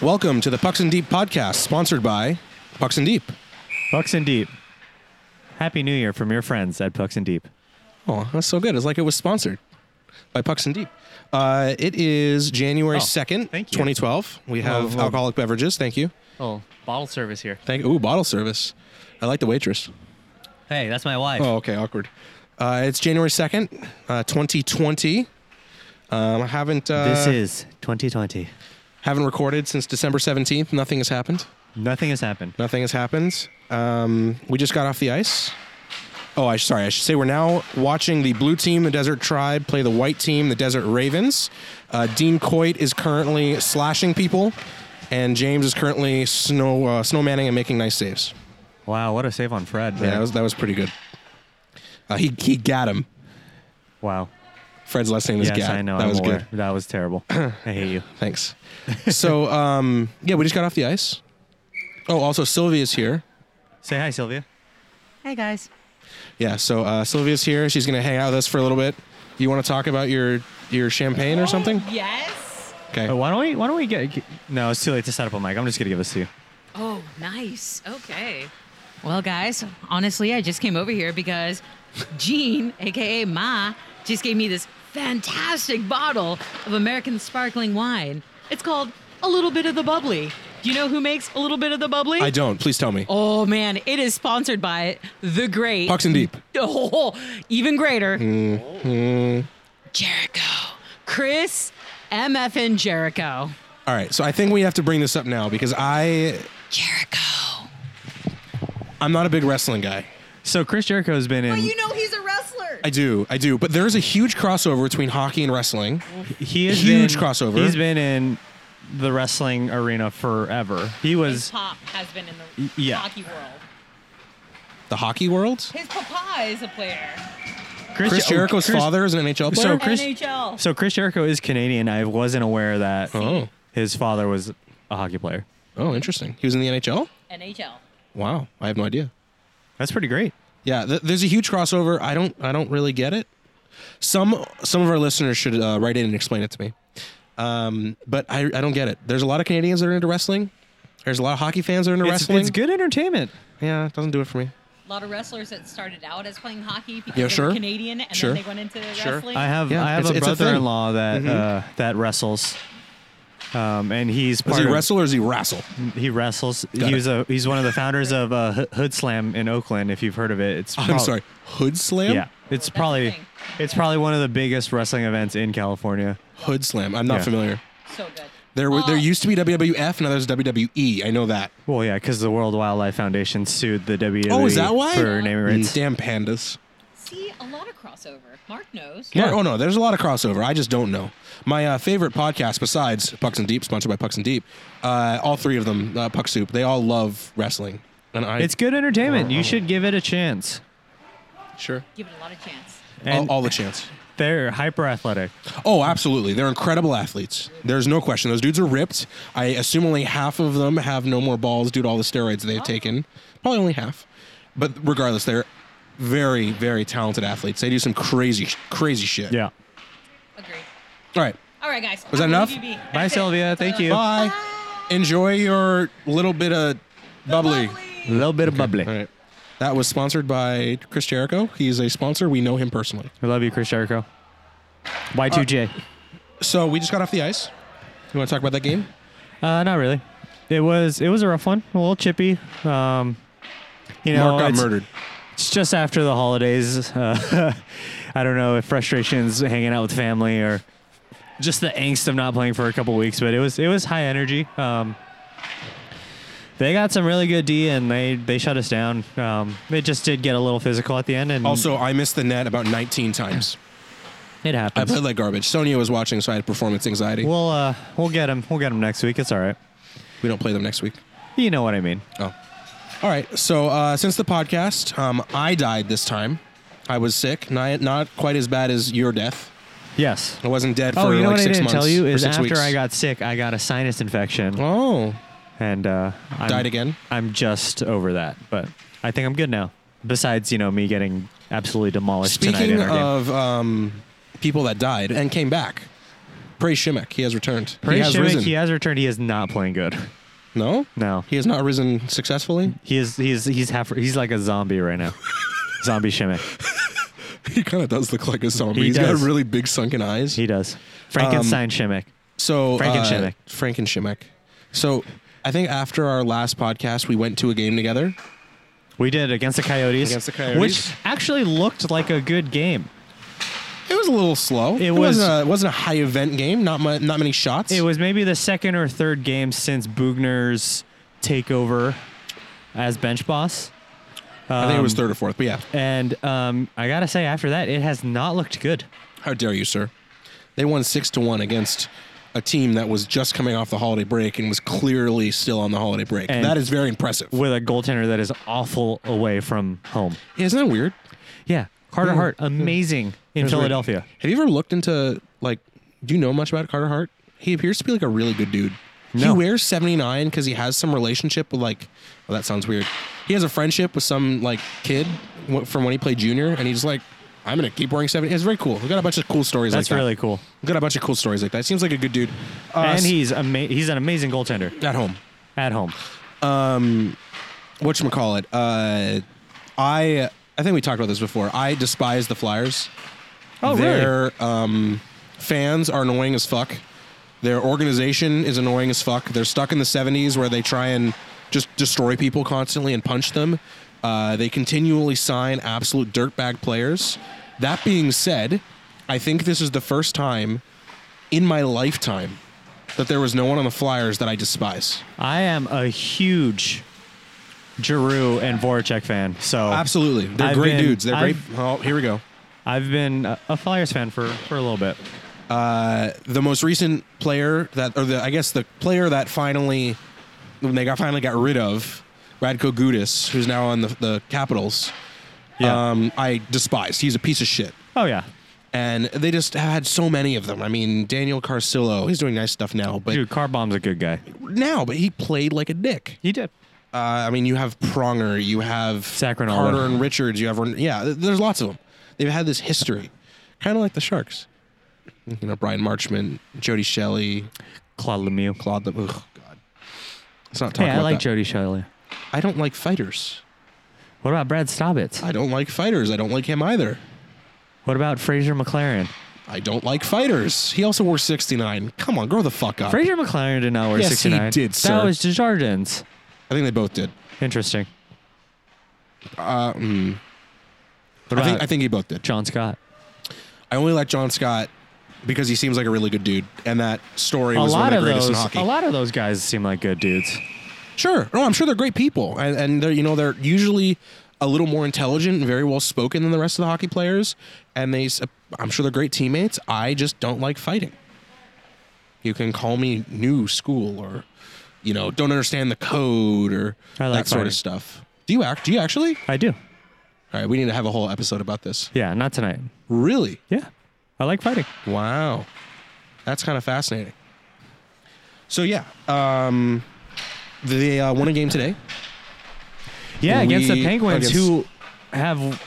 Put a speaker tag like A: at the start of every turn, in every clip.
A: Welcome to the Pucks and Deep podcast, sponsored by Pucks and Deep.
B: Pucks and Deep. Happy New Year from your friends at Pucks and Deep.
A: Oh, that's so good. It's like it was sponsored by Pucks and Deep. Uh, it is January
C: Oh,
A: 2nd,
B: thank you.
A: 2012. We have
C: well-
A: alcoholic beverages. Thank you.
C: Oh, bottle service here.
A: Thank Ooh, bottle service. I like the waitress.
C: Hey, that's my wife.
A: Oh, okay, awkward. Uh, it's January 2nd, uh, 2020. Um, I haven't uh,
B: this is 2020.
A: haven't recorded since December 17th. Nothing has happened.
B: Nothing has happened.
A: Nothing has happened. Um, we just got off the ice. Oh, I sorry. I should say we're now watching the blue team, the Desert Tribe, play the white team, the Desert Ravens. Uh, Dean Coit is currently slashing people, and James is currently snow uh, snowmanning and making nice saves.
B: Wow, what a save on Fred.
A: Yeah, that was that was pretty good. Uh, he he got him.
B: wow.
A: Fred's last name is
B: yes,
A: Gad.
B: I know.
A: That
B: I'm
A: was
B: aware.
A: good.
B: That was terrible. I hate you.
A: Thanks. so um, yeah, we just got off the ice. Oh, also Sylvia's here.
B: Say hi, Sylvia.
D: Hey guys.
A: Yeah, so uh, Sylvia's here. She's gonna hang out with us for a little bit. You want to talk about your your champagne or something?
D: Yes.
A: Okay.
B: Oh, why don't we? Why don't we get? get- No, it's too late to set up a mic. I'm just gonna give this to you.
D: Oh, nice. Okay. Well, guys, honestly, I just came over here because Jean, aka Ma, just gave me this fantastic bottle of American sparkling wine. It's called A Little Bit of the Bubbly. Do you know who makes A Little Bit of the Bubbly?
A: I don't. Please tell me.
D: Oh man, it is sponsored by the great
A: Pucks and deep.
D: Oh, even greater.
A: Mm-hmm.
D: Jericho. Chris MFN Jericho.
A: All right. So I think we have to bring this up now because I
D: Jericho.
A: I'm not a big wrestling guy.
B: So Chris Jericho has been in.
D: know he's a wrestler.
A: I do. I do. But there's a huge crossover between hockey and wrestling.
B: he has
A: huge
B: been-
A: crossover.
B: He's been in the wrestling arena forever. He was.
D: pop has been in the
B: Yeah.
D: hockey world.
A: The hockey world.
D: His papa is a player.
A: Chris
B: Je- oh,
A: Jericho's
B: Chris-
A: father is an NHL
B: So
A: player.
B: Chris-
D: NHL.
B: So Chris Jericho is Canadian. I wasn't aware that
A: Oh.
B: his father was a hockey player.
A: oh, interesting. He was in the NHL.
D: NHL.
A: Wow. I have no idea.
B: That's pretty great.
A: Yeah, th- there's a huge crossover. I don't I don't really get it. Some some of our listeners should uh, write in and explain it to me. Um, but I, I don't get it. There's a lot of Canadians that are into wrestling. There's a lot of hockey fans that are into
B: It's-
A: wrestling.
B: it's good entertainment.
A: Yeah, it doesn't do it for me.
D: A lot of wrestlers that started out as playing hockey because
A: Yeah,
D: they
A: sure.
D: were Canadian and
A: Sure.
D: then they went into
A: Sure.
D: wrestling.
B: I have
A: Yeah,
B: I have
A: it's-
B: a
A: it's a thing. Mm-hmm.
B: brother-in-law that uh, that wrestles, um, and he's
A: Is
B: part
A: he
B: of- Mm-hmm.
A: wrestle or is he wrestle?
B: he wrestles.
A: Got
B: he was a he's one of the founders of uh, Ho- Hood Slam in Oakland. If you've heard of it, it's
A: I'm
B: prob-
A: sorry, hood slam.
B: Yeah, it's
D: a
B: probably
D: thing.
B: it's probably one of the biggest wrestling events in California.
A: hood slam. I'm not
B: Yeah.
A: familiar.
D: so good.
A: There were there
D: Oh.
A: used to be WWF, now there's WWE. I know that.
B: Well, yeah, because the World Wildlife Foundation sued the WWE
A: Oh, is that why?
B: for naming rights.
A: Mm, Damn pandas.
D: See, a lot of crossover. Mark knows.
A: Yeah. Oh no, there's a lot of crossover. I just don't know. My uh, favorite podcast, besides Pucks and Deep, sponsored by Pucks and Deep, uh, all three of them, uh, Puck Soup, they all love wrestling, and I
B: It's good entertainment.
A: Oh.
B: You should give it a chance.
A: sure
D: Give it a lot of chance.
B: And
A: all, all the chance.
B: they're hyper athletic.
A: Oh, absolutely, they're incredible athletes. There's no question. Those dudes are ripped. I assume only half of them have no more balls due to all the steroids
B: Oh.
A: they've taken. Probably only half, but regardless, they're very, very talented athletes. They do some crazy, crazy shit.
B: Yeah.
D: Agreed.
A: All right.
D: All right, guys.
A: Was that
D: I'm gonna
A: enough?
D: leave you be.
B: Bye,
D: That's it.
B: Sylvia. Thank you.
A: Bye. Enjoy your little bit of bubbly.
B: A little bit of bubbly.
A: All right. That was sponsored by Chris Jericho. He's a sponsor. We know him personally.
B: I love you, Chris Jericho. Y2J.
A: So we just got off the ice. You want to talk about that game?
B: Uh, not really. It was it was a rough one, a little chippy. Um, you know,
A: Mark got
B: it's,
A: murdered.
B: it's just after the holidays. Uh, I don't know if frustrations hanging out with family or just the angst of not playing for a couple weeks, but it was it was high energy. Um, they got some really good D and they they shut us down. Um, it just did get a little physical at the end, and
A: Also, I missed the net about 19 times.
B: it
A: I
B: happens.
A: played like garbage. Sonia was watching, so I had performance anxiety.
B: We'll uh, we'll get them. We'll get them next week. It's all right.
A: we don't play them next week.
B: You know what I mean.
A: Oh. All right. So uh, since the podcast, um, I died this time. I was sick. Not, not quite as bad as your death.
B: Yes.
A: I wasn't dead for
B: Oh, you know
A: like
B: what I
A: six
B: didn't
A: months.
B: tell you
A: or
B: is
A: six
B: after
A: weeks.
B: I got sick, I got a sinus infection,
A: Oh.
B: and uh, I'm,
A: Died again?
B: I'm just over that, but I think I'm good now. Besides, you know, me getting absolutely demolished tonight
A: Speaking
B: in our game.
A: of um, people that died and came back, Prey Shimmick, he has returned.
B: Praise
A: he has
B: Shimmick,
A: risen.
B: he has returned. He is not playing good.
A: no?
B: No,
A: He has not risen successfully?
B: he is. He's he's half. He's like a zombie right now. zombie Shimmick.
A: He kind of does look like a zombie.
B: He
A: He's got
B: does.
A: really big sunken eyes.
B: He does. Frankenstein
A: Um,
B: Shimmick.
A: So
B: Frank and
A: uh,
B: Shimmick.
A: Frank and Shimmick. So I think after our last podcast, we went to a game together.
B: We did against the Coyotes,
A: Against the Coyotes.
B: which actually looked like a good game.
A: It was a little slow.
B: It was-
A: wasn't a, it wasn't a high event game. Not mu- not many shots.
B: It was maybe the second or third game since Bugner's takeover as bench boss.
A: I think it was
B: Um,
A: third or fourth. But yeah,
B: And um, I gotta say, after that, it has not looked good.
A: how dare you, sir? They won six to one against a team that was just coming off the holiday break and was clearly still on the holiday break.
B: And-
A: that is very impressive.
B: with a goaltender that is awful away from home.
A: Isn't that weird?
B: Yeah, Carter
A: Yeah.
B: Hart, amazing in
A: That's weird.
B: Philadelphia.
A: Have you ever looked into like? Do you know much about Carter Hart? He appears to be like a really good dude. He
B: No.
A: wears seventy nine because he has some relationship with like. Well, that sounds weird. He has a friendship with some like kid wh- from when he played junior, and he's like, "I'm gonna keep wearing 70. It's very cool. We got a bunch of cool stories
B: That's
A: like that.
B: really cool.
A: We got a bunch of cool stories like that. Seems like a good dude. Uh,
B: and
A: s-
B: he's ama- he's an amazing goaltender
A: at home.
B: at home.
A: What call it? Uh, I I think we talked about this before. I despise the Flyers.
B: Oh,
A: Their um, fans are annoying as fuck. Their organization is annoying as fuck. They're stuck in the 70s where they try and just destroy people constantly and punch them. Uh, they continually sign absolute dirtbag players. That being said, I think this is the first time in my lifetime that there was no one on the Flyers that I despise.
B: I am a huge Giroux and Voracek fan. So
A: Absolutely. They're
B: I've
A: great
B: been-
A: dudes. They're
B: I've-
A: great. Oh, here we go.
B: I've been a, a Flyers fan for, for a little bit.
A: the most recent player that, or the I guess the player that finally, when they got finally got rid of, Radko Gudis, who's now on the, the Capitals.
B: Yeah.
A: Um, I despise. He's a piece of shit.
B: oh yeah,
A: And they just had so many of them. I mean, Daniel Carcillo, he's doing nice stuff now, but
B: dude, Carbom's a good guy.
A: now, but he played like a dick.
B: He did.
A: Uh, I mean, you have Pronger, you have
B: Sacronalo.
A: Carter and Richards, you have yeah. th- There's lots of them. They've had this history, kind of like the Sharks. You know, Brian Marchman, Jody Shelley,
B: Claude Lemieux.
A: Claude Lem- Ugh, God. Let's not talk
B: Hey,
A: about
B: I like
A: that.
B: Jody Shelley.
A: I don't like fighters.
B: What about Brad Staubitz?
A: I don't like fighters. I don't like him either.
B: What about Fraser McLaren?
A: I don't like fighters. He also wore 69. Come on, grow the fuck up.
B: Fraser McLaren Uh, did not wear
A: Yes, he
B: 69.
A: did, sir.
B: That was Desjardins.
A: I think they both did.
B: Interesting.
A: Uh, mm.
B: What
A: I, think,
B: about
A: I think he both did.
B: John Scott?
A: I only like John Scott because he seems like a really good dude, and that story
B: A
A: was one
B: lot
A: of
B: of
A: the greatest
B: those,
A: in hockey.
B: a lot of those guys seem like good dudes.
A: Sure. No, I'm sure they're great people, and, and they're you know they're usually a little more intelligent and very well spoken than the rest of the hockey players, and they s- I'm sure they're great teammates. I just don't like fighting. You can call me new school or, you know, don't understand the code or
B: I like
A: that sort
B: fighting.
A: of stuff. Do you act? Do you actually?
B: I do.
A: All right, we need to have a whole episode about this.
B: Yeah, not tonight.
A: Really?
B: Yeah, I like fighting.
A: Wow, that's kind of fascinating. So yeah, um, they uh, won a game today.
B: Yeah, against
A: We-
B: the Penguins,
A: against-
B: who have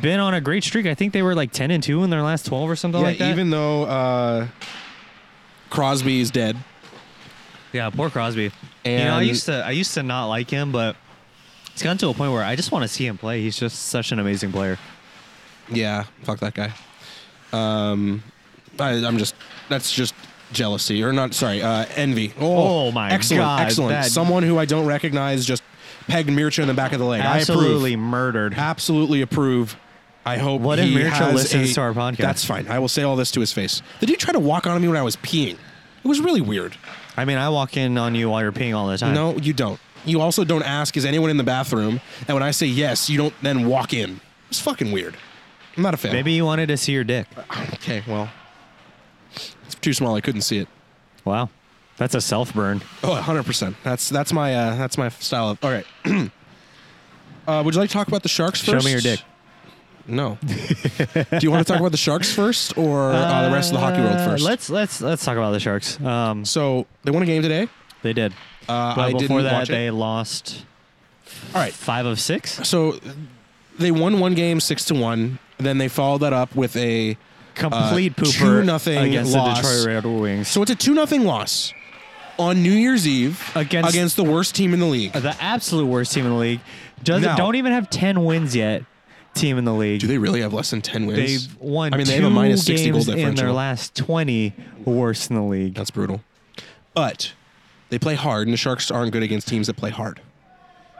B: been on a great streak. I think they were like ten and two in their last twelve or something
A: yeah,
B: like that.
A: even though uh, Crosby is dead,
B: yeah, poor Crosby. you know, I
A: And-
B: used to I used to not like him, but it's gotten to a point where I just want to see him play. He's just such an amazing player.
A: yeah, fuck that guy. Um, I, I'm just that's just jealousy or not. Sorry, uh, envy. Oh,
B: Oh my
A: excellent,
B: God,
A: excellent.
B: that-
A: Someone who I don't recognize just pegged Mircha in the back of the leg.
B: Absolutely
A: I approve.
B: murdered.
A: absolutely approve. I hope.
B: What if
A: he
B: Mircha
A: has
B: listens
A: a-
B: to our podcast?
A: That's fine. I will say all this to his face. The dude tried to walk on me when I was peeing. It was really weird.
B: I mean, I walk in on you while you're peeing all the time.
A: No, you don't. You also don't ask, is anyone in the bathroom? And when I say yes, you don't then walk in. It's fucking weird. I'm not a fan.
B: Maybe you wanted to see your dick.
A: Okay, well. It's too small. I couldn't see it.
B: Wow. That's a self burn.
A: Oh, 100%. That's that's my uh, that's my style of. All right. uh, would you like to talk about the sharks
B: Show
A: first?
B: me your dick.
A: No. Do you want to talk about the sharks first or uh, the rest of the hockey world
B: Uh,
A: first?
B: Let's let's let's talk about the Sharks. Um,
A: so, they won a game today.
B: they did.
A: Uh,
B: but
A: I
B: before
A: didn't
B: that,
A: watch it. Uh,
B: they lost
A: All right.
B: five of six.
A: So they won one game six to one. Then they followed that up with a
B: complete
A: Uh,
B: pooper
A: 2-0
B: against
A: loss.
B: the Detroit Red Wings.
A: So it's a 2 0 loss on New Year's Eve
B: Against-
A: against the worst team in the league.
B: the absolute worst team in the league. Doesn't
A: Now-
B: don't even have ten wins yet. Team in the league.
A: Do they really have less than 10 wins?
B: They've won.
A: I mean, they
B: two
A: have a minus 60 goal
B: games in
A: differential.
B: their last twenty. Worst in the league.
A: That's brutal. But they play hard, and the Sharks aren't good against teams that play hard.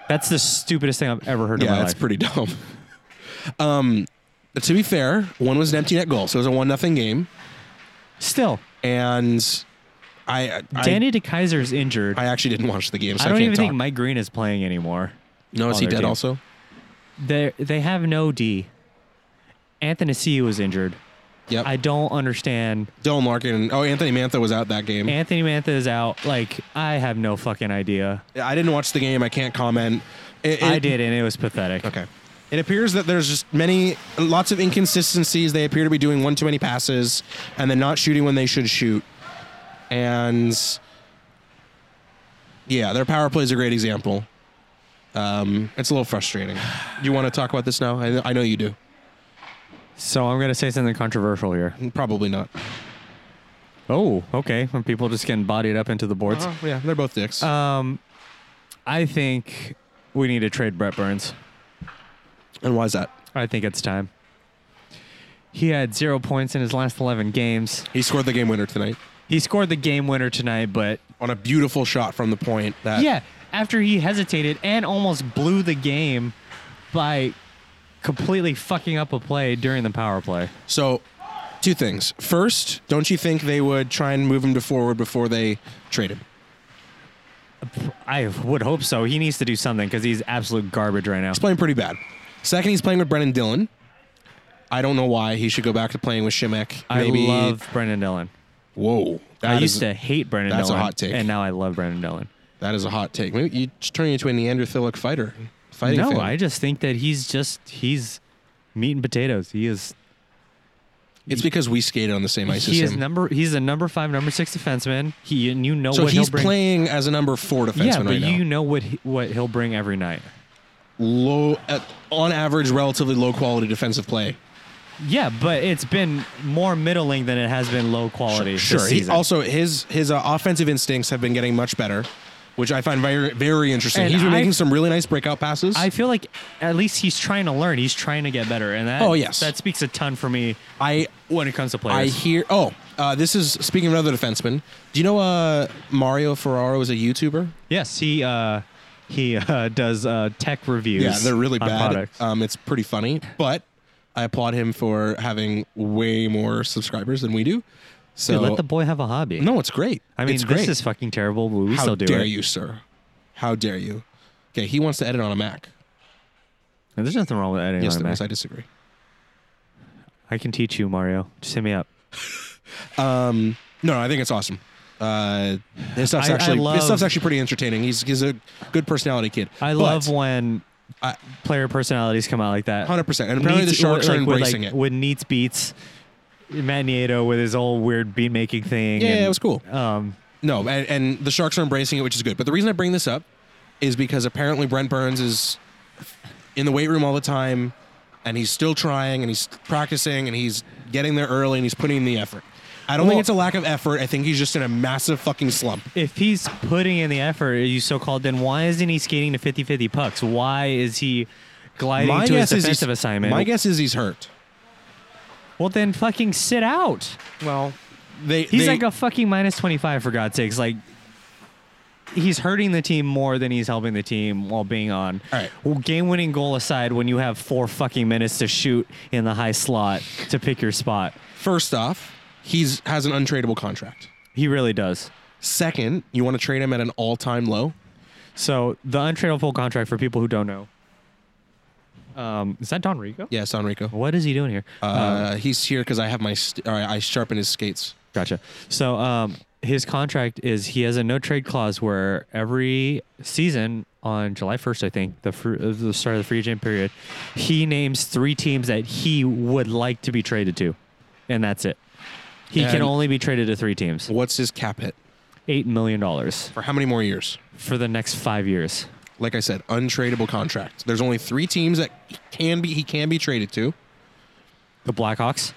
B: That's the stupidest thing I've ever heard in
A: Yeah,
B: my
A: that's
B: life.
A: pretty dumb. Um, but to be fair, one was an empty net goal, so it was a one nothing game.
B: Still,
A: And I, I
B: Danny DeKaiser's injured.
A: I
B: I,
A: actually didn't watch the game, so I,
B: don't
A: can't
B: even
A: talk.
B: think Mike Green is playing anymore.
A: no, is
B: on
A: he
B: their
A: dead
B: team.
A: also?
B: They they have no D. Anthony C was injured.
A: Yep.
B: I don't understand.
A: Dylan Larkin. Oh, Anthony Mantha was out that game.
B: Anthony Mantha is out. Like I have no fucking idea.
A: I didn't watch the game. I can't comment. It-
B: I
A: it-
B: did, and it was pathetic.
A: Okay. It appears that there's just many, lots of inconsistencies. They appear to be doing one too many passes and then not shooting when they should shoot. And yeah, their power play is a great example. Um, it's a little frustrating. You want to talk about this now? I, I know you do.
B: So I'm gonna say something controversial here.
A: Probably not.
B: Oh, okay. When people just getting bodied up into the boards.
A: Oh, yeah, they're both dicks.
B: Um, I think we need to trade Brett Burns.
A: and why is that?
B: I think it's time. He had zero points in his last 11 games.
A: He scored the game winner tonight
B: He scored the game winner tonight, but
A: on a beautiful shot from the point. That
B: yeah, after he hesitated and almost blew the game by completely fucking up a play during the power play.
A: So, two things. First, don't you think they would try and move him to forward before they trade him?
B: I would hope so. He needs to do something because he's absolute garbage right now.
A: He's playing pretty bad. Second, he's playing with Brennan Dillon. I don't know why he should go back to playing with Shimek.
B: I love Brendan Dillon.
A: Whoa, that
B: I
A: is-
B: used to hate Brendan
A: that's a
B: Dillon.
A: hot take.
B: And now I love Brendan Dillon.
A: That is a hot take. Maybe you just turn into a Neanderthalic fighter. Fighting
B: No,
A: fan.
B: I just think that he's just he's meat and potatoes. He is
A: it's because we skated on the same ice
B: he
A: as
B: is
A: him.
B: number he's a number five, number six defenseman. He and you know
A: so
B: what
A: he's
B: he'll bring.
A: playing as a number four defenseman
B: yeah, but
A: right
B: you
A: now.
B: know what he, what he'll bring every night.
A: Low, at, on average, relatively low quality defensive play.
B: Yeah, but it's been more middling than it has been low quality.
A: Sure.
B: This
A: he-
B: season.
A: also, his his uh, offensive instincts have been getting much better, which I find very very interesting.
B: And
A: he's been
B: I-
A: making some really nice breakout passes.
B: I feel like at least he's trying to learn. He's trying to get better, and that
A: Oh, yes.
B: that speaks a ton for me
A: I
B: when it comes to
A: I
B: players.
A: hear. Oh, uh, this is speaking of another defenseman. Do you know uh, Mario Ferraro is a YouTuber?
B: yes, he uh, he uh, does uh, tech reviews.
A: Yeah, they're really
B: on
A: bad.
B: products.
A: Um, it's pretty funny, but I applaud him for having way more subscribers than we do. So
B: Dude, let the boy have a hobby.
A: no, it's great.
B: I mean,
A: it's
B: this
A: great.
B: is fucking terrible, but we
A: How
B: still do
A: dare
B: it.
A: you, sir? How dare you? Okay, he wants to edit on a Mac.
B: And there's nothing wrong with editing
A: yes,
B: on a
A: there
B: Mac.
A: is. I disagree.
B: I can teach you, Mario. Just hit me up.
A: Um, no, no, I think it's awesome. Uh, his stuff's
B: I- I
A: actually
B: love-
A: his stuff's actually pretty entertaining. He's he's a good personality kid.
B: I
A: But-
B: love when
A: I-
B: player personalities come out like that.
A: 100%. And apparently the Sharks are
B: like, with,
A: embracing
B: like,
A: it.
B: With Neats Beats, Matt Nieto with his old weird beat making thing.
A: Yeah,
B: and,
A: it was cool.
B: Um,
A: No, and, and the Sharks are embracing it, which is good. But the reason I bring this up is because apparently Brent Burns is in the weight room all the time, and he's still trying, and he's practicing, and he's getting there early, and he's putting in the effort. I don't
B: Well-
A: think it's a lack of effort. I think he's just in a massive fucking slump.
B: if he's putting in the effort, you so called, then why isn't he skating to 50 50 pucks? Why is he gliding to his
A: he's-
B: defensive assignment?
A: My guess is he's hurt.
B: well, then fucking sit out.
A: Well, they
B: He's
A: they-
B: like a fucking minus 25 for God's sakes. Like he's hurting the team more than he's helping the team while being on.
A: All right.
B: Well, game-winning goal aside when you have 4 fucking minutes to shoot in the high slot to pick your spot.
A: first off, he's has an untradeable contract.
B: He really does.
A: Second, you want to trade him at an all-time low.
B: So, the untradeable contract for people who don't know. Um, is that Don Rico?
A: Yes, Enrico.
B: What is he doing here?
A: Uh,
B: Um.
A: he's here because I have my st- or I I sharpen his skates.
B: Gotcha. So um, his contract is he has a no trade clause where every season on July 1st, I think, the, fr- uh, the start of the free agent period, he names three teams that he would like to be traded to, and that's it. He can
A: And-
B: only be traded to three teams.
A: What's his cap hit
B: Eight million dollars
A: for how many more years?
B: for the next five years.
A: Like I said, untradeable contract. There's only three teams that he can be he can be traded to.
B: The Blackhawks,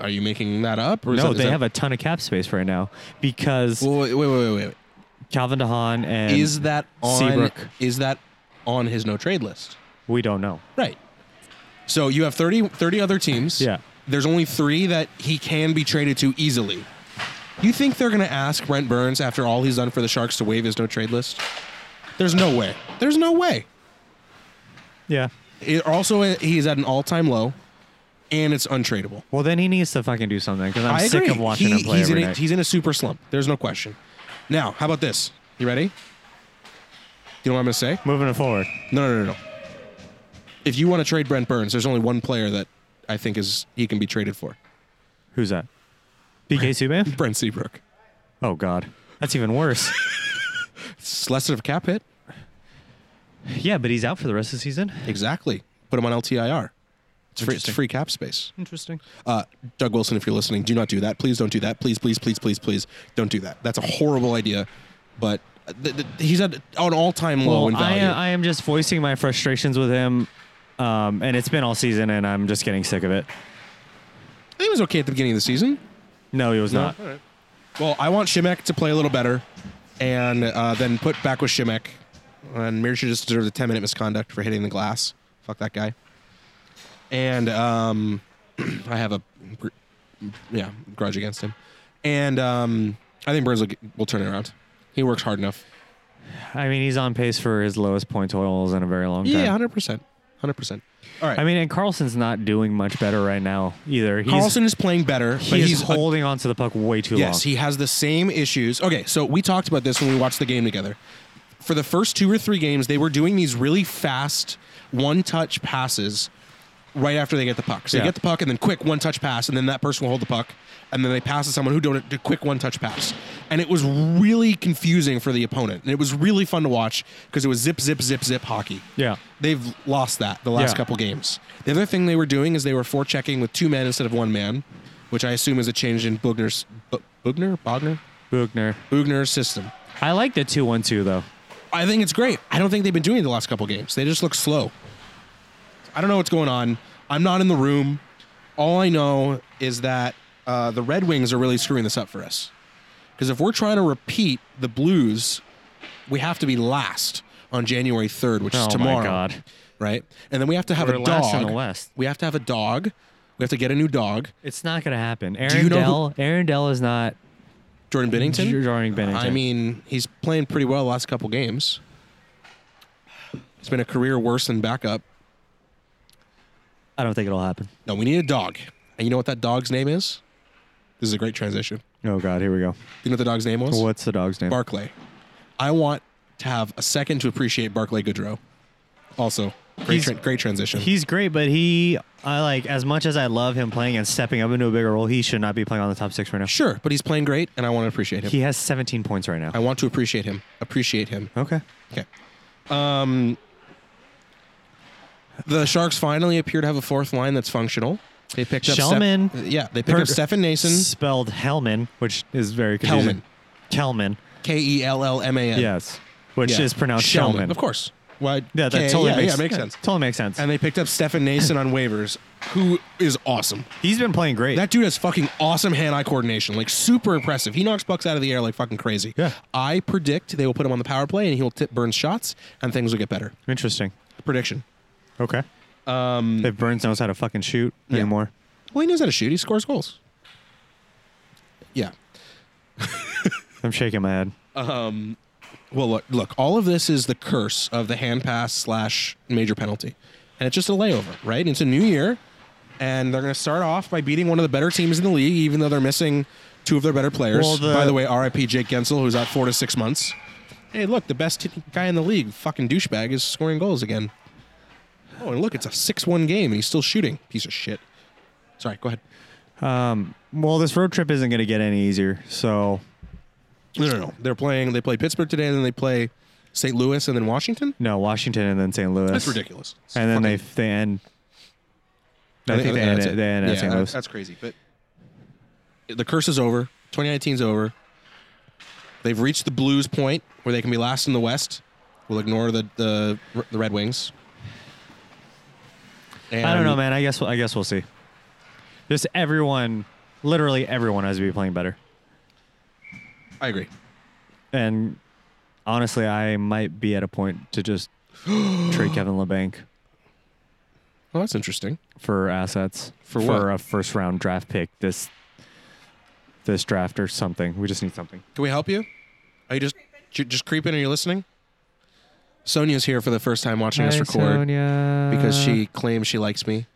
A: Are you making that up? Or is
B: No,
A: that- is
B: they
A: that-
B: have a ton of cap space right now because
A: Well, wait, wait, wait, wait. wait.
B: Calvin DeHaan and
A: Is that on?
B: Seabrook.
A: Is that on his no trade list?
B: we don't know.
A: Right. So you have 30, 30 other teams.
B: Yeah.
A: There's only three that he can be traded to easily. You think they're going to ask Brent Burns after all he's done for the Sharks to waive his no trade list? There's no way. There's no way.
B: Yeah.
A: It also, he's at an all time low, and it's untradeable.
B: Well, then he needs to fucking do something because I'm
A: I
B: sick
A: agree.
B: of watching
A: He-
B: him play
A: he's,
B: every
A: in a,
B: night.
A: he's in a super slump. There's no question. Now, how about this? You ready? You know what I'm going to say?
B: Moving it forward.
A: No, no, no, no. If you want to trade Brent Burns, there's only one player that I think is he can be traded for.
B: Who's that? BK Subban?
A: Brent Seabrook.
B: Oh God, that's even worse.
A: It's less of a cap hit.
B: yeah, but he's out for the rest of the season.
A: Exactly. Put him on LTIR. It's free, it's
B: Interesting.
A: free cap space.
B: Interesting.
A: Uh, Doug Wilson, if you're listening, do not do that. Please don't do that. Please, please, please, please, please don't do that. That's a horrible idea. But uh, th- th- he's at an all-time low
B: Well,
A: in
B: I, uh,
A: value.
B: I am just voicing my frustrations with him, um, and it's been all season, and I'm just getting sick of it.
A: he was okay at the beginning of the season.
B: No, he was not.
A: Well, I want Shimek to play a little better, and uh, then put back with Shimek. And Mir should just deserve the 10 minute misconduct for hitting the glass. Fuck that guy. And um, I have a gr- yeah grudge against him. And um, I think Burns will, get- will turn it around. He works hard enough.
B: I mean, he's on pace for his lowest point totals in a very long
A: Yeah,
B: time.
A: 100 percent, 100 percent. All right.
B: I mean, and Carlson's not doing much better right now either. He's,
A: Carlson is playing better, but
B: he is
A: he's a
B: holding on to the puck way too
A: Yes,
B: long.
A: he has the same issues. Okay, so we talked about this when we watched the game together. For the first two or three games, they were doing these really fast one touch passes right after they get the puck. So
B: Yeah.
A: they get the puck and then quick one touch pass, and then that person will hold the puck, and then they pass to someone who don't do quick one touch pass. And it was really confusing for the opponent. And it was really fun to watch because it was zip, zip, zip, zip hockey.
B: Yeah.
A: They've lost that the last
B: Yeah.
A: couple games. The other thing they were doing is they were forechecking with two men instead of one man, which I assume is a change in Bugner's Bu- Bugner Bogner
B: Buchner.
A: Bugner's system.
B: I like the two-one-two though.
A: I think it's great. I don't think they've been doing it the last couple games. They just look slow. I don't know what's going on. I'm not in the room. All I know is that uh, the Red Wings are really screwing this up for us. Because if we're trying to repeat the Blues, we have to be last on January 3rd, which
B: Oh
A: is
B: my
A: tomorrow.
B: God.
A: Right? And then we have to have
B: We're
A: a dog.
B: last in the West.
A: We have to have a dog. We have to get a new dog.
B: It's not going to happen. Aaron
A: you know who-
B: Dell. Aaron Dell is not
A: Jordan Bennington.
B: Jordan Bennington.
A: I mean, he's playing pretty well the last couple games. It's been a career worse than backup.
B: I don't think it'll happen.
A: No, we need a dog. And you know what that dog's name is? This is a great transition.
B: Oh God, here we go.
A: You know what the dog's name was?
B: What's the dog's name?
A: Barclay. I want to have a second to appreciate Barclay Goodrow. Also, great,
B: He's-
A: tra- great transition.
B: He's great, but he, I like as much as I love him playing and stepping up into a bigger role. He should not be playing on the top six right now.
A: sure, but he's playing great, and I want to appreciate him.
B: He has 17 points right now.
A: I want to appreciate him. Appreciate him.
B: okay.
A: Okay. Um, the Sharks finally appear to have a fourth line that's functional. They picked up Steph-
B: Shellman.
A: yeah, they picked
B: Per-
A: up Stefan Nason,
B: Spelled Hellman, which is very confusing. Kelman.
A: K E L L M A N.
B: Yes. Which
A: Yeah.
B: is pronounced Shellman.
A: Of course. Why?
B: Yeah, that
A: K- E
B: totally
A: yeah,
B: makes,
A: yeah, it makes sense.
B: Totally makes sense.
A: And they picked up Stefan Nason on waivers, who is awesome.
B: he's been playing great.
A: That dude has fucking awesome hand-eye coordination, like super impressive. He knocks bucks out of the air like fucking crazy.
B: Yeah.
A: I predict they will put him on the power play and he will tip Burns shots and things will get better.
B: Interesting.
A: Prediction.
B: Okay. Um, if Burns knows how to fucking shoot
A: Yeah.
B: anymore.
A: Well, he knows how to shoot. He scores goals. Yeah.
B: I'm shaking my head.
A: Well, look, look, all of this is the curse of the hand pass slash major penalty. And it's just a layover, right? It's a new year, and they're going to start off by beating one of the better teams in the league, even though they're missing two of their better players.
B: Well, the-
A: By the way, RIP Jake Gensel, who's out four to six months. Hey, look, the best t- guy in the league, fucking douchebag, is scoring goals again. Oh, and look, it's a 6 1 game, and he's still shooting. Piece of shit. Sorry, go ahead.
B: Well, this road trip isn't going to get any easier. So,
A: No, no, no. They're playing, they play Pittsburgh today, and then they play St. Louis and then Washington.
B: no, Washington and then St. Louis.
A: That's ridiculous. It's
B: and then
A: fucking-
B: they they end. I, think they end,
A: that's
B: it.
A: it.
B: they end at
A: Yeah,
B: St.
A: that-
B: Louis.
A: That's crazy. But the curse is over. 2019's over. They've reached the Blues point where they can be last in the West. We'll ignore the the, the Red Wings.
B: I don't know,
A: And
B: man. I guess I guess we'll see. Just everyone, literally everyone, has to be playing better.
A: I agree.
B: And honestly, I might be at a point to just trade Kevin LeBanc
A: Well, that's interesting.
B: for assets
A: For what?
B: a first round draft pick this this draft or something. We just need something.
A: Can we help you? Are you just you just creeping? Are you listening? Sonia's here for the first time watching us record because
B: Uh.
A: she claims she likes me,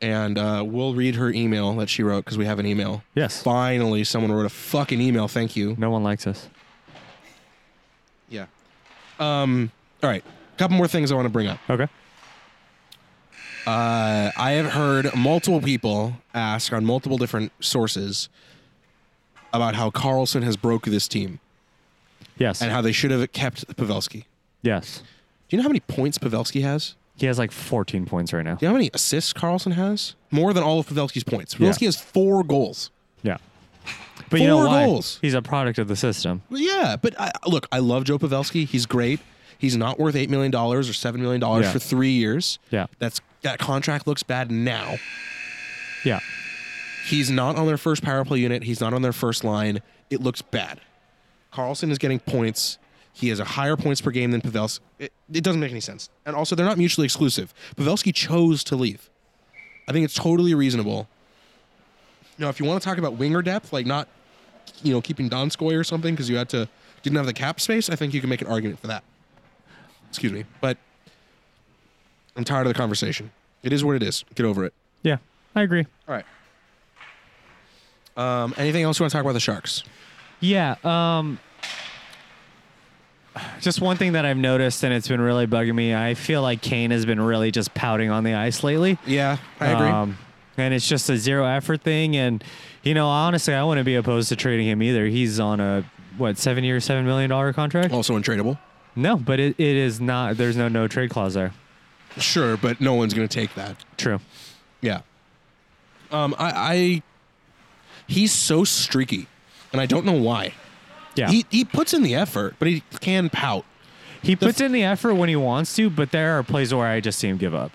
A: and uh, we'll read her email that she wrote because we have an email.
B: yes.
A: Finally, someone wrote a fucking email. Thank you.
B: No one likes us.
A: Yeah. Um. All right. Couple more things I want to bring up.
B: Okay.
A: Uh, I have heard multiple people ask on multiple different sources about how Carlson has broke this team
B: Yes.
A: and how they should have kept Pavelski.
B: yes.
A: Do you know how many points Pavelski has?
B: He has like 14 points right now.
A: Do you know how many assists Carlson has? More than all of Pavelski's points.
B: Yeah.
A: Pavelski has four goals.
B: Yeah. But you know
A: Four
B: why?
A: goals.
B: He's a product of the system.
A: Well, yeah, but I, look, I love Joe Pavelski. He's great. He's not worth eight million dollars or seven million dollars
B: Yeah.
A: for three years.
B: Yeah.
A: That's that contract looks bad now.
B: Yeah.
A: He's not on their first power play unit. He's not on their first line. It looks bad. Carlson is getting points. He has a higher points per game than Pavelski. It, it doesn't make any sense. And also, they're not mutually exclusive. Pavelski chose to leave. I think it's totally reasonable. Now, if you want to talk about winger depth, like not, you know, keeping Donskoy or something because you had to didn't have the cap space, I think you can make an argument for that. Excuse me, but I'm tired of the conversation. It is what it is. Get over it.
B: Yeah. I agree.
A: All right. Um, anything else you want to talk about the Sharks?
B: Yeah. Um, just one thing that I've noticed, and it's been really bugging me. I feel like Kane has been really just pouting on the ice lately. Um,
A: Yeah, I agree.
B: and it's just a zero effort thing. And, you know, honestly, I wouldn't be opposed to trading him either. He's on a, what, seven year, $7 million contract?
A: also untradeable.
B: No, but it, it is not. There's no no trade clause there.
A: Sure, but no one's going to take that.
B: True.
A: Yeah. Um, I, I, he's so streaky, and I don't know why.
B: Yeah.
A: He he puts in the effort, but he can pout.
B: He puts in the effort when he wants to, but there are plays where I just see him give up.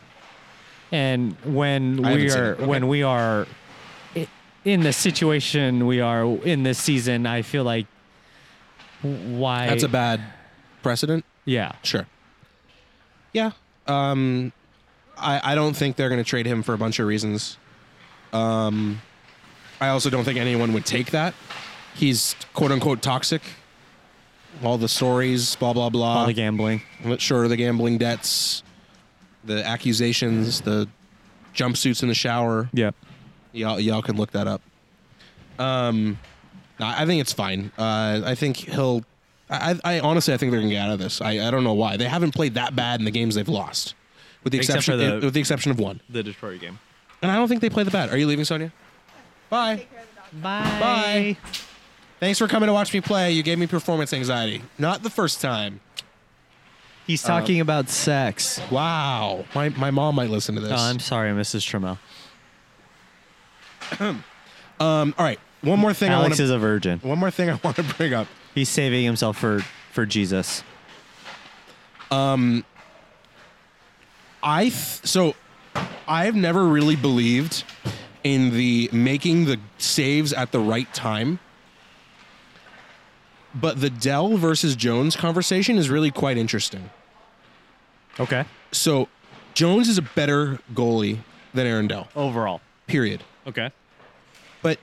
B: And when
A: I haven't
B: we
A: seen
B: are
A: it. Okay.
B: when we are i- in the situation we are in this season, I feel like w- why
A: That's a uh, bad precedent.
B: yeah
A: Sure. Yeah. Um, I I don't think they're going to trade him for a bunch of reasons. Um, I also don't think anyone would take that. He's quote unquote toxic. All the stories, blah blah blah.
B: all the gambling.
A: Sure, the gambling debts, the accusations, the jumpsuits in the shower.
B: Yep.
A: Y'all, y'all can look that up. Um, I I think it's fine. Uh, I think he'll. I, I I honestly, I think they're gonna get out of this. I, I don't know why they haven't played that bad in the games they've lost, with the
C: Except
A: exception
C: for the-
A: with the exception of one.
C: The Detroit game.
A: And I don't think they play the bad. Are you leaving, Sonia? Bye.
D: Bye.
A: Bye. Thanks for coming to watch me play. You gave me performance anxiety. Not the first time.
B: He's
A: Uh,
B: talking about sex. Oh,
A: Wow. My my mom might listen to this.
B: I'm sorry, Mrs. Trammell.
A: Um, all right. One more thing
B: Alex
A: I
B: is
A: want
B: a virgin.
A: to one more thing I want to bring up.
B: He's saving himself for for Jesus.
A: I th- so I've never really believed in the making the saves at the right time. But the Dell versus Jones conversation is really quite interesting.
B: Okay.
A: So Jones is a better goalie than Aaron Dell.
B: Overall.
A: Period.
B: Okay.
A: but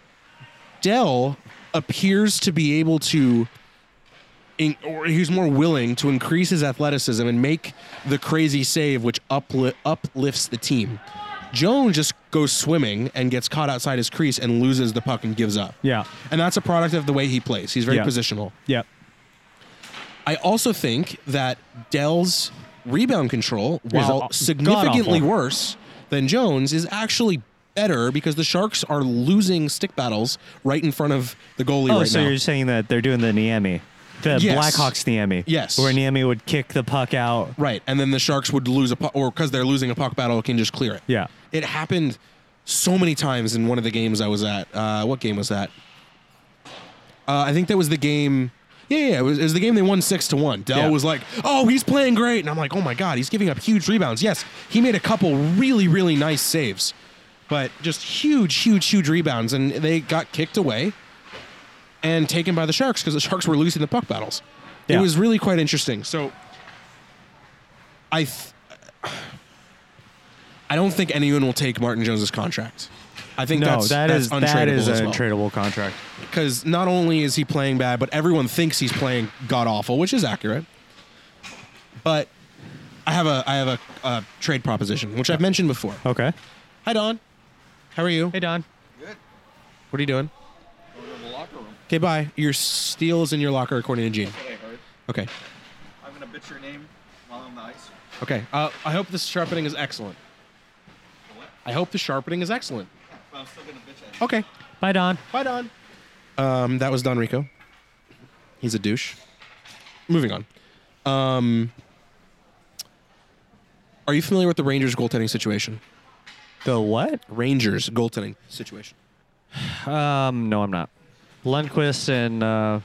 A: Dell appears to be able to, in, or he's more willing to increase his athleticism and make the crazy save, which upli- uplifts the team. Jones just goes swimming and gets caught outside his crease and loses the puck and gives up.
B: Yeah.
A: And that's a product of the way he plays. He's very
B: Yeah.
A: positional.
B: Yep.
A: I also think that Dell's rebound control, while
B: aw-
A: significantly
B: god-awful.
A: worse than Jones, is actually better because the Sharks are losing stick battles right in front of the goalie
B: Oh,
A: right
B: so
A: now.
B: you're saying that they're doing the Niemi, the
A: Yes.
B: Blackhawks Niemi.
A: Yes.
B: Where Niemi would kick the puck out.
A: Right, and then the Sharks would lose a puck, or because they're losing a puck battle, can just clear it.
B: Yeah.
A: It happened so many times in one of the games I was at. Uh, what game was that? Uh, I think that was the game. Yeah, yeah, it was, it was the game they won six to one. Dell
B: Yeah.
A: was like, "Oh, he's playing great," and I'm like, "Oh my god, he's giving up huge rebounds." Yes, he made a couple really, really nice saves, But just huge, huge, huge rebounds, and they got kicked away and taken by the Sharks because the Sharks were losing the puck battles. It
B: Yeah.
A: was really quite interesting. So I th- I don't think anyone will take Martin Jones's contract. I think
B: No,
A: that's,
B: that
A: that's
B: is
A: untradeable
B: that is
A: as
B: an
A: well
B: untradeable contract.
A: because not only is he playing bad, but everyone thinks he's playing god awful, which is accurate. But I have a I have a, uh trade proposition, which I've mentioned before.
B: Okay.
A: Hi Don, how are you?
B: Hey Don.
A: What are you doing?
E: Going to the locker room.
A: Okay, bye. Your steel is in your locker, according to Gene.
E: That's what I heard.
A: Okay,
E: I'm gonna bitch your name while on the ice.
A: okay. Uh, I hope this sharpening is excellent.
E: What?
A: I hope the sharpening is excellent.
E: But I'm still gonna bitch at you.
A: Okay,
B: Bye Don.
A: bye Don. Um, that was Don Rico. He's a douche. Moving on. Um, are you familiar with the Rangers goaltending situation?
B: The what?
A: Rangers goaltending situation.
B: Um, no, I'm not. Lundquist and uh,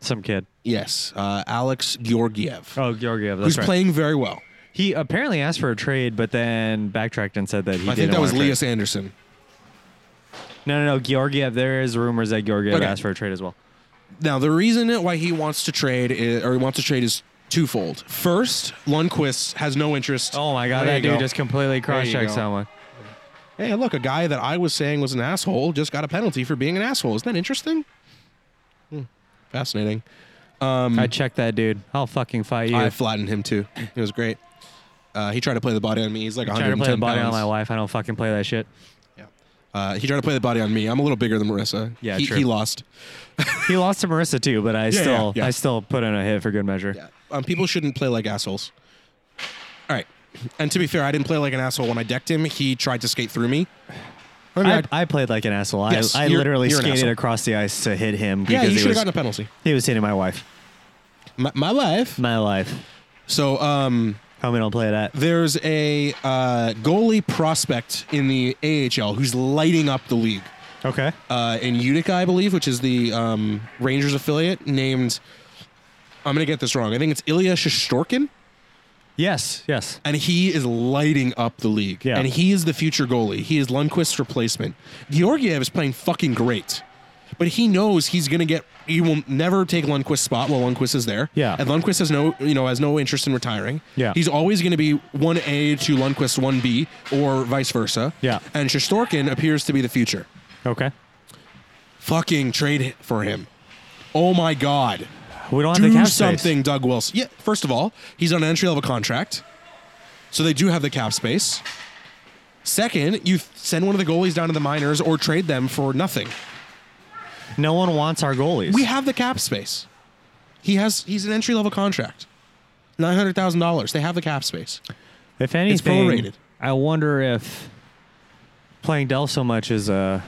B: some kid.
A: Yes, uh, Alex Georgiev,
B: Oh, Georgiev. That's
A: who's
B: right.
A: playing very well.
B: He apparently asked for a trade, but then backtracked and said that he.
A: I think
B: didn't
A: that was
B: want a
A: Leah
B: trade.
A: Anderson.
B: No, no, no. Georgiev. There is rumors that Georgiev
A: Okay.
B: asked for a trade as well.
A: Now, the reason that- why he wants to trade is, or he wants to trade is twofold. First, Lundqvist has no interest.
B: Oh my God,
A: There
B: that
A: you
B: dude
A: go.
B: just completely cross-checked
A: go.
B: someone.
A: Hey, look, a guy that I was saying was an asshole just got a penalty for being an asshole. Isn't that interesting? Hmm, Fascinating.
B: I
A: Mm.
B: checked that dude. I'll fucking fight you.
A: I flattened him too. It was great. Uh, he tried to play the body on me. He's like
B: Try to
A: 110
B: play the body
A: pounds.
B: on my wife. I don't fucking play that shit.
A: Yeah. Uh, he tried to play the body on me. I'm a little bigger than Marissa.
B: Yeah,
A: he,
B: true.
A: he lost.
B: He lost to Marissa too, but I still,
A: yeah.
B: I still put in a hit for good measure.
A: Yeah. Um, people shouldn't play like assholes. All right. And to be fair, I didn't play like an asshole when I decked him. He tried to skate through me. I mean, I-
B: I, I played like an asshole.
A: Yes,
B: I, I
A: you're-
B: literally
A: you're an
B: skated
A: asshole.
B: across the ice to hit him
A: yeah,
B: because
A: you
B: he,
A: should have
B: was,
A: gotten a penalty.
B: he was hitting my wife.
A: My, my life.
B: My life.
A: So um,
B: Homie, don't play that.
A: there's a uh, goalie prospect in the AHL who's lighting up the league
B: Okay.
A: uh, in Utica, I believe, which is the um, Rangers affiliate, named. I'm gonna get this wrong. I think it's Ilya Shostorkin.
B: Yes. Yes.
A: and he is lighting up the league.
B: Yeah.
A: And he is the future goalie. He is Lundqvist's replacement. Georgiev is playing fucking great, but he knows he's gonna get. He will never take Lundqvist's spot while Lundqvist is there.
B: Yeah.
A: and Lundqvist has no, you know, has no interest in retiring.
B: Yeah.
A: he's always gonna be one A to Lundqvist one B or vice versa.
B: Yeah.
A: and Shostorkin appears to be the future.
B: Okay.
A: Fucking trade for him. Oh my god
B: We don't have the
A: do
B: cap
A: something, Doug Wilson. Yeah, first of all, he's on an entry level contract, so they do have the cap space. Second, you th- send one of the goalies down to the minors or trade them for nothing.
B: Space. No one wants our goalies.
A: We have the cap space. He has he's an entry level contract. Nine hundred thousand dollars. They have the cap space.
B: if anything,
A: prorated.
B: I wonder if playing Dell so much is uh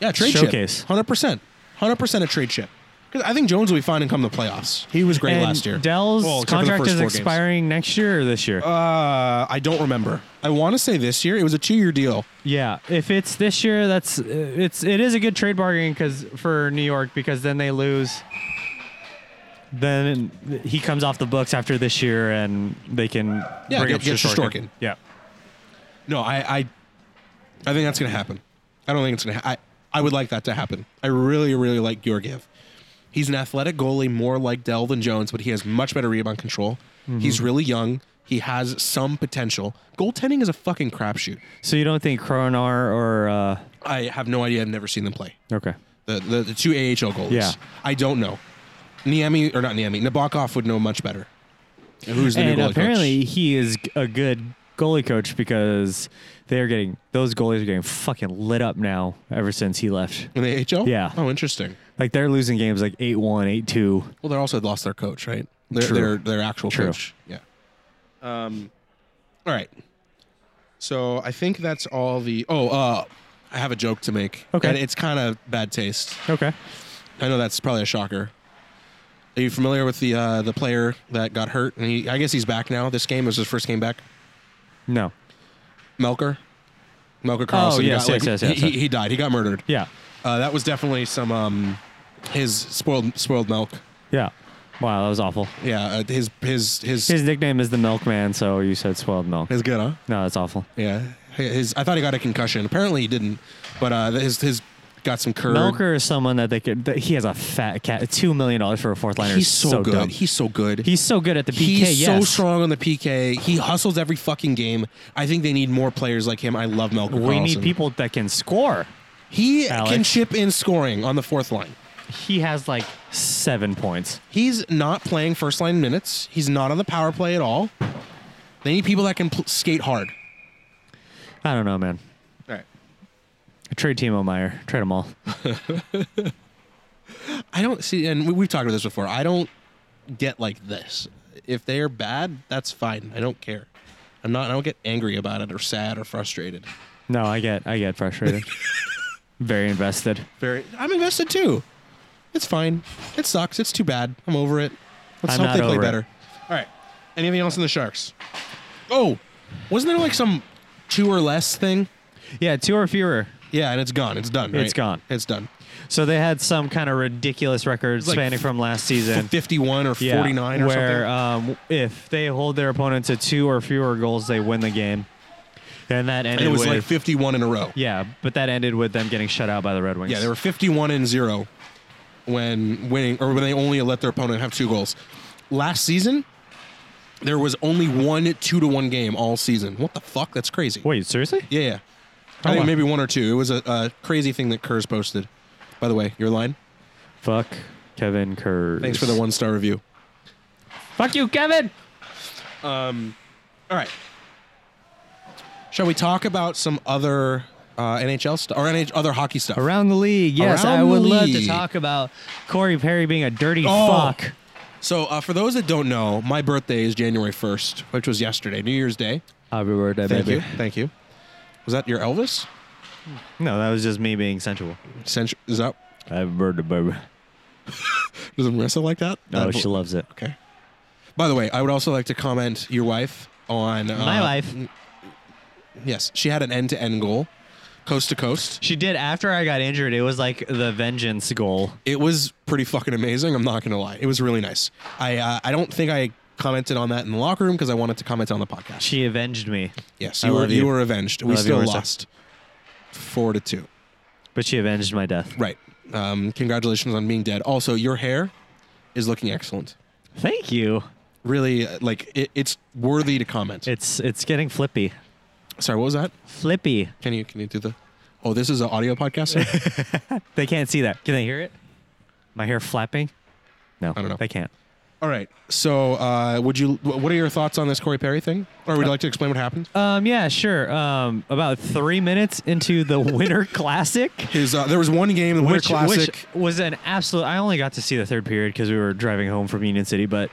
A: Yeah, trade
B: Showcase.
A: chip. Hundred percent. Hundred percent a trade chip. 'Cause I think Jones will be fine and come the playoffs. He was great
B: and
A: last year.
B: Dell's
A: Well, except for the
B: contract
A: first
B: is
A: four games.
B: expiring next year or this year.
A: Uh, I don't remember. I want to say this year. It was a two year deal.
B: yeah, if it's this year, that's it's it is a good trade bargain because for New York because then they lose. Then he comes off the books after this year, and they can
A: Yeah,
B: bring
A: get-
B: up
A: get Shostorkin.
B: Yeah,
A: No, I, I, I think that's gonna happen. I don't think it's gonna. Ha- I, I would like that to happen. I really, really like Georgiev. He's an athletic goalie, more like Dell than Jones, but he has much better rebound control.
B: Mm-hmm.
A: He's really young. He has some potential. Goaltending is a fucking crapshoot.
B: so you don't think Kronar or uh,
A: I have no idea. I've never seen them play.
B: okay?
A: The the, the two AHL goalies.
B: Yeah.
A: I don't know. Niemi or not Niemi. Nabokov would know much better. Who's the
B: and
A: new goalie
B: apparently
A: coach?
B: he is g- a good goalie coach because they are getting those goalies are getting fucking lit up now ever since he left.
A: in the AHL?
B: Yeah.
A: Oh, interesting.
B: Like they're losing games like 8-1, 8-2.
A: Well, they also lost their coach, right? Their
B: True.
A: their, their actual
B: True.
A: coach. Yeah. Um. All right. So I think that's all the. Oh, uh, I have a joke to make.
B: Okay.
A: And it's kind of bad taste.
B: Okay.
A: I know that's probably a shocker. Are you familiar with the uh, the player that got hurt? And he, I guess he's back now. This game was his first game back.
B: No.
A: Melker. Melker Carlson.
B: Oh, yes,
A: got,
B: yes, yes, yes,
A: he,
B: yes.
A: he, he died. He got murdered.
B: Yeah.
A: Uh, that was definitely some um, his spoiled spoiled milk.
B: Yeah. Wow, that was awful.
A: Yeah. Uh, his his his
B: His nickname is the Milkman, so you said spoiled milk.
A: is good, huh?
B: No, that's awful.
A: Yeah. His I thought he got a concussion. Apparently he didn't, but uh, his his got some curve.
B: Melker is someone that they could. That he has a fat cat. Two million dollars for a fourth liner.
A: He's
B: is
A: so, good.
B: dumb.
A: He's so good.
B: He's so good at the PK.
A: He's so
B: yes.
A: strong on the PK. He hustles every fucking game. I think they need more players like him. I love Melker.
B: We
A: Karlsson.
B: need people that can score.
A: He
B: Alex.
A: can chip in scoring on the fourth line.
B: He has like seven points.
A: He's not playing first line minutes. He's not on the power play at all. They need people that can pl- skate hard.
B: I don't know, man.
A: All right.
B: Trade Timo Meyer. Trade them all.
A: I don't see, and we, we've talked about this before. I don't get like this. If they are bad, that's fine. I don't care. I'm not. I don't get angry about it or sad or frustrated.
B: No, I get. I get frustrated. Very invested.
A: Very. I'm invested too. It's fine. It sucks. It's too bad. I'm over it. Let's
B: I'm
A: hope
B: not
A: they play
B: over it.
A: better. All right. Anything else in the Sharks? Oh, wasn't there like some two or less thing?
B: Yeah, two or fewer.
A: Yeah, and it's gone. It's done. Right?
B: It's gone.
A: It's done.
B: So they had some kind of ridiculous record
A: like
B: spanning from last
A: F-
B: season.
A: 51 or
B: Yeah,
A: 49 or
B: where,
A: something.
B: um, if they hold their opponent to two or fewer goals, they win the game. And that ended
A: and it was
B: with
A: like 51 in a row.
B: yeah, but that ended with them getting shut out by the Red Wings.
A: Yeah, they were 51 and 0 when winning or when they only let their opponent have two goals. Last season, there was only one 2 to 1 game all season. What the fuck? That's crazy.
B: Wait, seriously?
A: Yeah, yeah. I
B: Oh,
A: think
B: wow.
A: maybe one or two. It was a, a crazy thing that Kurz posted. By the way, your line.
B: Fuck Kevin Kerr.
A: Thanks for the one star review.
B: Fuck you, Kevin.
A: All right. Shall we talk about some other uh, NHL stuff or NH- other hockey stuff?
B: Around the league, yes,
A: Around
B: I would
A: the
B: love to
A: league.
B: talk about Corey Perry being a dirty
A: Oh.
B: fuck.
A: So, uh, for those that don't know, my birthday is January 1st, which was yesterday, New Year's Day.
B: Happy birthday,
A: Thank you. Thank you. Was that your Elvis?
B: No, that was just me being sensual.
A: Sensu- Is that
B: Happy birthday,
A: Uh,
B: baby.
A: does Marissa like that?
B: Oh,
A: That-
B: she loves it.
A: okay. By the way, I would also like to comment your wife on uh,
B: My wife.
A: Yes, she had an end-to-end goal, coast to coast.
B: She did after I got injured. It was like the vengeance goal.
A: It was pretty fucking amazing. I'm not gonna lie. It was really nice. I uh, I don't think I commented on that in the locker room because I wanted to comment on the podcast.
B: She avenged me,
A: Yes,
B: I
A: you were
B: love
A: you.
B: you.
A: were avenged.
B: I
A: We
B: love you,
A: still
B: Marissa.
A: lost four to two.
B: but she avenged my death.
A: Right. Um, congratulations on being dead. Also, your hair is looking excellent.
B: Thank you.
A: Really, uh, like it, it's worthy to comment.
B: It's it's getting flippy.
A: Sorry, what was that?
B: Flippy.
A: Can you can you do the? Oh, this is an audio podcast. sir?
B: They can't see that. Can they hear it? My hair flapping? No,
A: I don't know.
B: They can't.
A: All right. So, uh, would you? wh- What are your thoughts on this Corey Perry thing? Or would you like to explain what happened?
B: Um, yeah, sure. Um, about three minutes into the Winter Classic,
A: His uh, there was one game, the Winter
B: which,
A: Classic.
B: which was an absolute. I only got to see the third period because we were driving home from Union City, but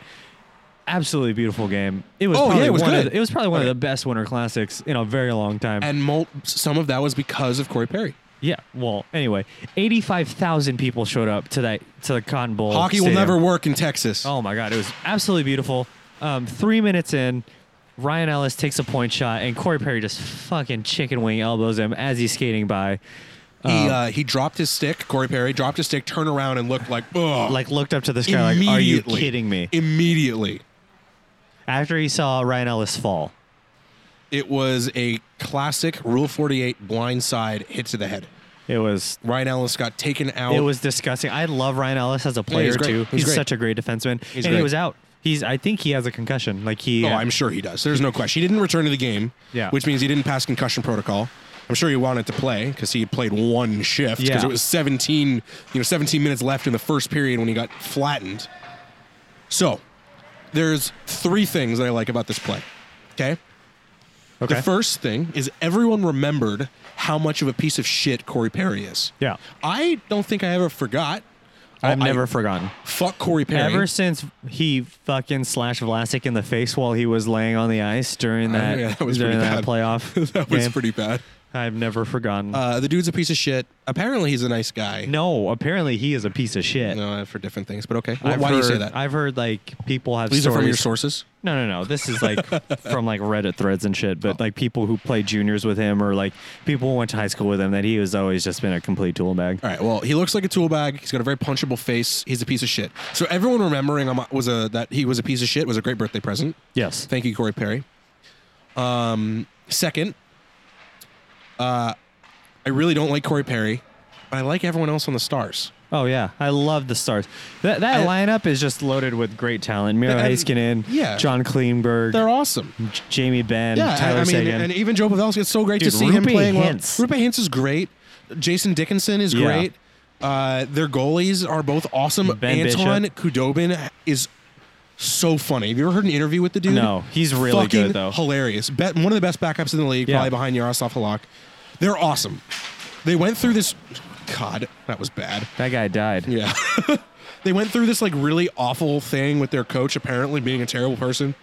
B: absolutely beautiful game. It was
A: Oh, yeah,
B: probably
A: it was
B: one
A: good.
B: Of the, it was probably one
A: Okay.
B: of the best Winter Classics in a very long time.
A: and mul- some of that was because of Corey Perry.
B: yeah. Well, anyway, eighty-five thousand people showed up to that to the Cotton Bowl.
A: Hockey will
B: stadium.
A: never work in Texas.
B: Oh my God, it was absolutely beautiful. Um, three minutes in, Ryan Ellis takes a point shot, and Corey Perry just fucking chicken wing elbows him as he's skating by. Oh.
A: he uh, he dropped his stick. Corey Perry dropped his stick, turned around, and looked like ugh,
B: Like looked up to the sky, like, "Are you
A: Immediately.
B: kidding me?"
A: immediately.
B: After he saw Ryan Ellis fall,
A: It was a classic Rule 48 blindside hit to the head.
B: it was
A: Ryan Ellis got taken out.
B: it was disgusting. I love Ryan Ellis as a player
A: great.
B: too.
A: He's
B: He's,
A: great.
B: such a great defenseman,
A: great.
B: and he was out. He's I think he has a concussion. Like he,
A: Oh, I'm sure he does. There's no question. He didn't return to the game,
B: Yeah.
A: which means he didn't pass concussion protocol. I'm sure he wanted to play because he played one shift because
B: Yeah.
A: it was 17, you know, 17 minutes left in the first period when he got flattened. So, there's three things that I like about this play. Okay?
B: okay.
A: The first thing is everyone remembered how much of a piece of shit Corey Perry is.
B: Yeah.
A: I don't think I ever forgot. Oh,
B: I've
A: I-
B: never forgotten.
A: Fuck Corey Perry.
B: Ever since he fucking slashed Vlasic in the face while he was laying on the ice during that,
A: yeah, that was
B: during
A: pretty
B: that
A: bad.
B: playoff
A: that was
B: game,
A: pretty bad.
B: I've never forgotten.
A: Uh, the dude's a piece of shit. Apparently, he's a nice guy.
B: no, apparently he is a piece of shit.
A: No, uh, for different things, but okay. Wh-
B: I've
A: Why do you say
B: heard-
A: that?
B: I've heard like people have.
A: These are
B: stories.
A: from your sources.
B: No, no, no. This is like from like Reddit threads and shit.
A: Oh.
B: But like people who played juniors with him or like people who went to high school with him, that he was always just been a complete tool bag.
A: All right. Well, he looks like a tool bag. He's got a very punchable face. He's a piece of shit. So everyone remembering him was a that he was a piece of shit was a great birthday present.
B: Yes.
A: Thank you, Corey Perry. Um, second, I really don't like Corey Perry, but I like everyone else on the Stars.
B: Oh yeah, I love the stars. That that
A: And-
B: lineup is just loaded with great talent. Miro
A: And-
B: Heiskanen,
A: yeah.
B: John Kleinberg,
A: They're awesome.
B: J- Jamie Benn,
A: Yeah, I-
B: Tyler
A: I, mean,
B: Seguin.
A: and even Joe Pavelski. It's so great
B: Dude,
A: to see him
B: Roope
A: playing
B: Hintz.
A: well. Rupe Hintz is great. Jason Dickinson is
B: Yeah.
A: great. Uh, their goalies are both awesome.
B: Ben
A: Anton
B: Bishop.
A: Kudobin is so funny. Have you ever heard an interview with the dude?
B: No, he's really
A: Fucking
B: good, though.
A: Hilarious. Bet one of the best backups in the league,
B: Yeah.
A: probably behind Yaroslav Halak. They're awesome. They went through this. God, that was bad.
B: that guy died.
A: Yeah. they went through this like really awful thing with their coach apparently being a terrible person.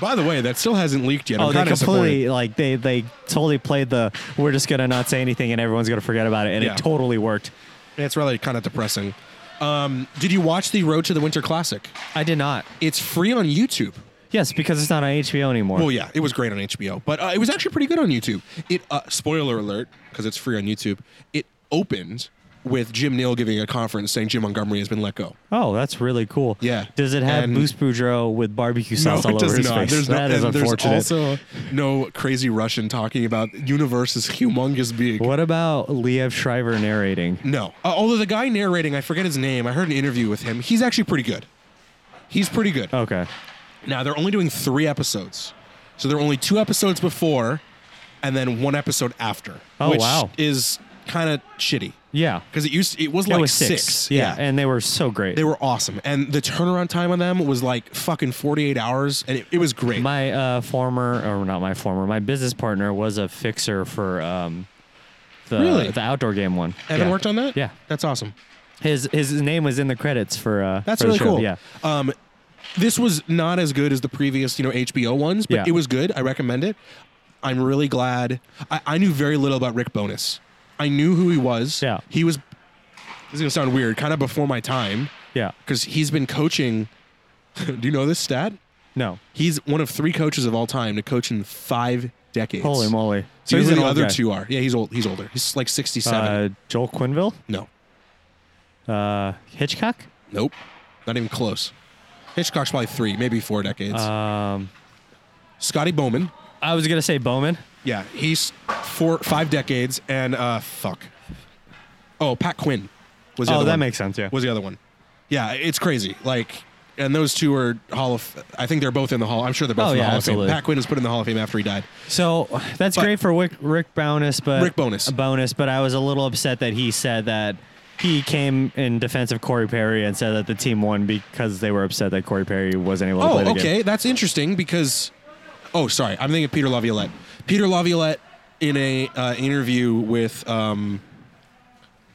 A: By the way, that still hasn't leaked yet.
B: Oh,
A: I'm
B: they
A: kind of disappointed.
B: completely like they they totally played the we're just gonna not say anything and everyone's gonna forget about it and
A: Yeah.
B: it totally worked.
A: It's really kind of depressing. Um, did you watch the Road to the Winter Classic?
B: I did not.
A: It's free on YouTube.
B: Yes, because it's not on HBO anymore.
A: Well, yeah, it was great on HBO, but uh, it was actually pretty good on YouTube. It uh, spoiler alert because it's free on YouTube. It opened with Jim Neal giving a conference saying Jim Montgomery has been let go.
B: Oh, that's really cool.
A: Yeah.
B: Does it have
A: And-
B: Moose Boudreaux with barbecue sauce all over his face?
A: There's no,
B: that is
A: and there's
B: unfortunate.
A: also no crazy Russian talking about universe is humongous big.
B: what about Liev Shriver narrating?
A: No. Uh, although the guy narrating, I forget his name. I heard an interview with him. He's actually pretty good. He's pretty good.
B: Okay.
A: Now they're only doing three episodes, so there are only two episodes before, and then one episode after.
B: Oh,
A: which
B: wow.
A: Is kind of shitty
B: Yeah.
A: because it used it was
B: It
A: like
B: was
A: six.
B: six. Yeah. and they were so great.
A: they were awesome, and the turnaround time on them was like fucking forty eight hours, and it, it was great.
B: my uh, former, or not my former, my business partner was a fixer for um, the
A: Really?
B: the outdoor game one.
A: Evan
B: yeah.
A: worked on that.
B: Yeah.
A: that's awesome.
B: His his name was in the credits for. Uh,
A: That's
B: for the
A: really
B: show.
A: cool.
B: Yeah.
A: Um, this was not as good as the previous, you know, HBO ones, but
B: Yeah.
A: it was good. I recommend it. I'm really glad. I, I knew very little about Rick Bonus. I knew who he was.
B: Yeah.
A: He was, this is going to sound weird, kind of before my time,
B: Yeah.
A: because he's been coaching. do you know this stat?
B: No.
A: He's one of three coaches of all time to coach in five decades.
B: Holy moly.
A: So
B: he's
A: who the
B: an old
A: other
B: guy.
A: two are. Yeah, he's old. He's older. He's like 67.
B: Uh, Joel Quinville,
A: no.
B: uh, Hitchcock.
A: Nope. Not even close. Hitchcock's probably three, maybe four decades.
B: Um,
A: Scotty Bowman.
B: I was gonna say Bowman.
A: Yeah, he's four, five decades, and uh, fuck. Oh, Pat Quinn was. The
B: Oh,
A: other
B: that
A: one.
B: makes sense, yeah.
A: was the other one. Yeah, it's crazy. Like, and those two are Hall of. I think they're both in the Hall. I'm sure they're both
B: Oh,
A: in the
B: yeah,
A: Hall
B: absolutely.
A: of Fame. Pat Quinn was put in the Hall of Fame after he died.
B: So that's
A: But-
B: great for Rick, Rick Bonus, but
A: Rick Bowness.
B: a bonus. But I was a little upset that he said that he came in defense of Corey Perry and said that the team won because they were upset that Corey Perry wasn't able to play
A: Oh,
B: the game.
A: okay, that's interesting because. Oh, sorry, I'm thinking of Peter Laviolette. Peter Laviolette in a uh, interview with. Um,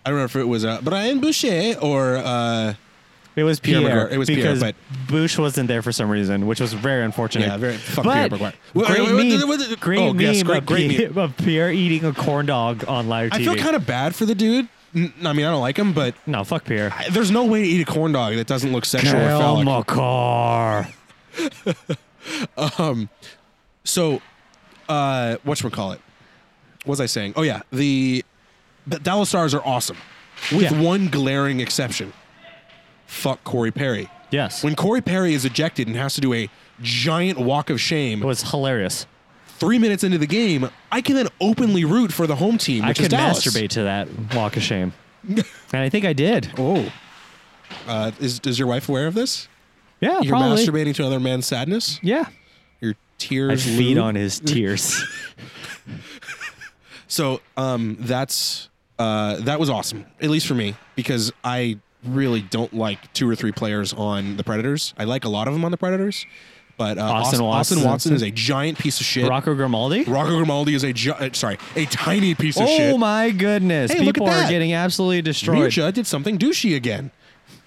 A: I don't know if it was uh, Brian Boucher or. Uh,
B: It was
A: Pierre
B: Pierre.
A: McGuire. It was Pierre,
B: because
A: but-
B: Bush wasn't there for some reason, which was very unfortunate.
A: Yeah, very- fuck Pierre
B: but
A: McGuire. Wait, wait,
B: Great
A: wait,
B: meme.
A: wait, wait,
B: Great
A: oh,
B: meme.
A: yes, great-
B: of,
A: great
B: Pierre, of Pierre eating a corn dog on live TV.
A: I feel kind of bad for the dude. N- I mean, I don't like him, but
B: no, fuck Pierre.
A: I- there's no way to eat a corn dog that doesn't look sexual or
B: Kyle
A: phallic.
B: McCarr.
A: So, uh, what call it? Was I saying? Oh yeah, the, the Dallas Stars are awesome, with
B: Yeah.
A: one glaring exception. Fuck Corey Perry.
B: Yes,
A: When Corey Perry is ejected and has to do a giant walk of shame
B: it was hilarious.
A: three minutes into the game, I can then openly root for the home team,
B: I
A: which is
B: could
A: Dallas.
B: masturbate to that walk of shame, and I think I did.
A: Oh, uh, is is your wife aware of this?
B: Yeah,
A: You're
B: probably.
A: masturbating to another man's sadness.
B: Yeah,
A: Your
B: I
A: tears.
B: feed
A: lube?
B: on his tears.
A: So um, that's uh, that was awesome, at least for me, because I really don't like two or three players on the Predators. I like a lot of them on the Predators, but uh,
B: Austin
A: Austin, Austin
B: Watson.
A: Watson is a giant piece of shit.
B: Rocco Grimaldi.
A: Rocco Grimaldi is a gi- uh, sorry, a tiny piece of
B: oh
A: shit.
B: my goodness!
A: Hey, look at
B: People are
A: that.
B: getting absolutely destroyed.
A: Mirja did something douchey again.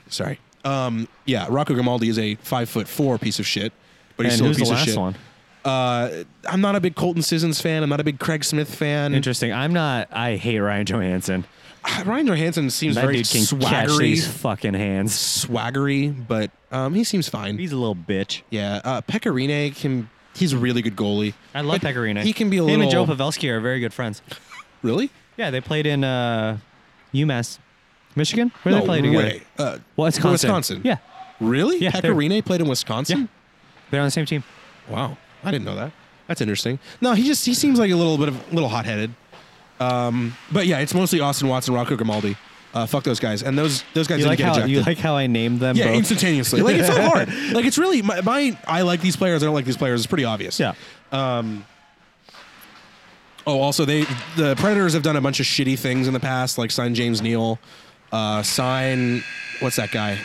A: Sorry. Um, yeah, Rocco Grimaldi is a five foot four piece of shit, but he's
B: and
A: still
B: who's
A: a
B: the
A: piece of
B: last
A: shit.
B: one?
A: Uh, I'm not a big Colton Sissons fan. I'm not a big Craig Smith fan. Ah,
B: Interesting. I'm not. I hate Ryan Johansson.
A: Ryan Johansson seems
B: That
A: very
B: dude can catch
A: swaggery,
B: these fucking hands.
A: swaggery, but um, he seems fine.
B: He's a little bitch.
A: yeah, uh, Pecorine can. He's a really good goalie.
B: I love
A: But
B: Pecorino.
A: He can be a
B: Him
A: little.
B: and Joe Pavelski are very good friends.
A: really?
B: Yeah, they played in uh, UMass, Michigan. Where
A: no
B: they played
A: way.
B: together?
A: Uh,
B: Wisconsin.
A: Wisconsin.
B: Yeah,
A: Really?
B: Yeah, they're-
A: Pecorine played in Wisconsin.
B: they're on the same team.
A: Wow, I didn't know that. That's interesting. No, he just he seems like a little bit of a little hot headed. But yeah, it's mostly Austin Watson, Rocco Grimaldi. Uh, fuck those guys. And those those guys
B: You
A: didn't
B: like
A: get
B: how
A: ejected.
B: you like how I named them
A: yeah,
B: both.
A: instantaneously. Like it's so hard. Like it's really my, my I like these players. I don't like these players. It's pretty obvious.
B: yeah.
A: Oh, also they the Predators have done a bunch of shitty things in the past, like sign James Neal, uh, sign what's that guy,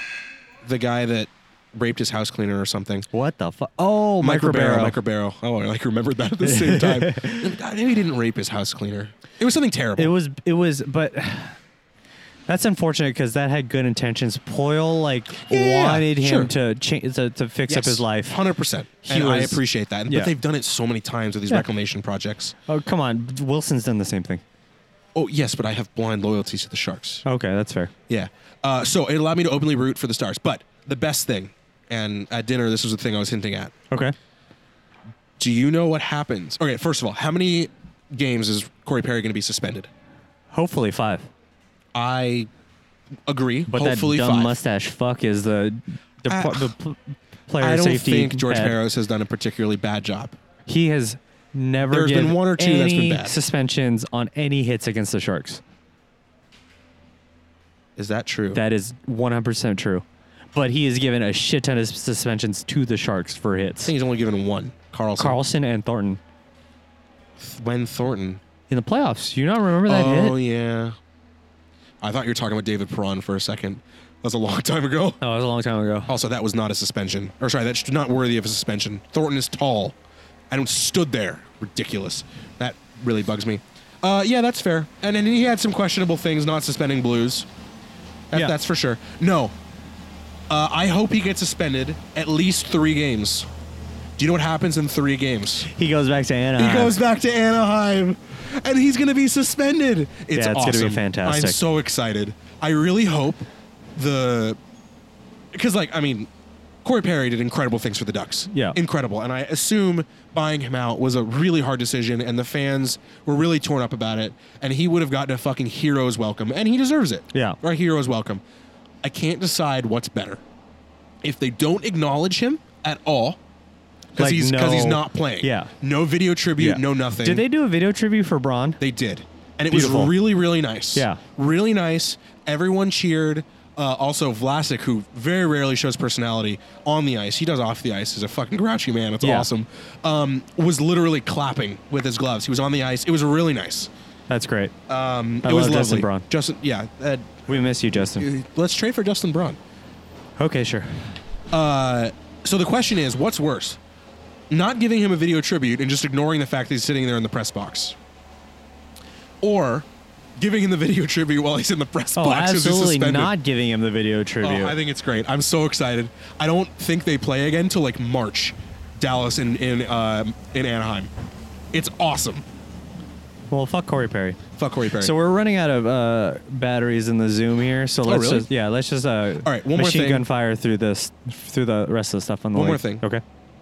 A: the guy that raped his house cleaner or something.
B: What the fuck? Oh, micro barrel.
A: Micro barrel. Oh, I like remembered that at the same time. I knew he didn't rape his house cleaner. It was something terrible.
B: It was. It was. But that's unfortunate because that had good intentions. Poyle like
A: Yeah,
B: wanted
A: sure.
B: him to change to, to fix up his life.
A: Hundred percent.
B: He
A: And I
B: was-
A: appreciate that.
B: yeah.
A: But they've done it so many times with these
B: Yeah.
A: reclamation projects.
B: Oh come on, Wilson's done the same thing.
A: Oh yes, but I have blind loyalties to the Sharks.
B: Okay, that's fair.
A: Yeah. Uh, so it allowed me to openly root for the Stars. But the best thing, and at dinner this was the thing I was hinting at.
B: Okay.
A: Do you know what happens? Okay, first of all, how many games is Corey Perry going to be suspended?
B: Hopefully five.
A: I agree.
B: But
A: Hopefully
B: that dumb
A: five.
B: mustache fuck is the the,
A: I-
B: pro- the pl- player
A: I don't
B: safety.
A: think George
B: bad.
A: Barros has done a particularly bad job.
B: He has never
A: There's been
B: given
A: one or two that's been
B: any
A: bad.
B: suspensions on any hits against the Sharks.
A: Is that true?
B: That is 100% true. But he has given a shit ton of suspensions to the Sharks for
A: I
B: hits.
A: think he's only given one. Carlson.
B: Carlson and Thornton
A: Gwen Thornton.
B: in the playoffs. Do you not remember that
A: oh
B: hit?
A: yeah. I thought you were talking about David Perron for a second. That was a long time ago.
B: Oh, it was a long time ago.
A: Also, that was not a suspension. Or sorry, that's not worthy of a suspension. Thornton is tall and stood there. Ridiculous. That really bugs me. Uh, yeah, that's fair. And then he had some questionable things, not suspending Blues. That,
B: Yeah.
A: That's for sure. No. Uh, I hope he gets suspended at least three games. Do you know what happens in three games?
B: He goes back to Anaheim.
A: He goes back to Anaheim, and he's going to be suspended. It's
B: Yeah, it's
A: awesome.
B: gonna be fantastic.
A: I'm so excited. I really hope the because like I mean, Corey Perry did incredible things for the Ducks.
B: Yeah.
A: incredible. And I assume buying him out was a really hard decision, and the fans were really torn up about it. And he would have gotten a fucking hero's welcome, and he deserves it.
B: Yeah.
A: or a hero's welcome. I can't decide what's better. If they don't acknowledge him at all, because
B: Like,
A: he's because he's
B: no-
A: not playing.
B: Yeah.
A: No video tribute,
B: Yeah.
A: no nothing.
B: Did they do a video tribute for Braun?
A: They did, and it
B: Beautiful.
A: was really, really nice.
B: Yeah.
A: really nice. Everyone cheered. Uh, also, Vlasic, who very rarely shows personality on the ice, he does off the ice. He's a fucking grouchy man. It's
B: Yeah.
A: awesome. Um, was literally clapping with his gloves. He was on the ice. It was really nice.
B: That's great.
A: Um,
B: I
A: it was
B: love
A: lovely.
B: Justin Braun.
A: Justin, yeah. Uh,
B: we miss you, Justin.
A: let's trade for Justin Braun.
B: Okay, sure.
A: So the question is, what's worse, not giving him a video tribute and just ignoring the fact that he's sitting there in the press box, or giving him the video tribute while he's in the press
B: Oh,
A: box? 'cause he's
B: absolutely
A: suspended?
B: not giving him the video tribute.
A: Oh, I think it's great. I'm so excited. I don't think they play again till like March, Dallas in in um, in Anaheim. It's awesome.
B: well, fuck Corey Perry.
A: Fuck Corey Perry.
B: So we're running out of uh, batteries in the Zoom here. So let's
A: Oh, really?
B: just yeah, let's just uh,
A: All right, one more
B: machine
A: thing.
B: gun fire through this through the rest of the stuff on the
A: One more thing.
B: link. Okay.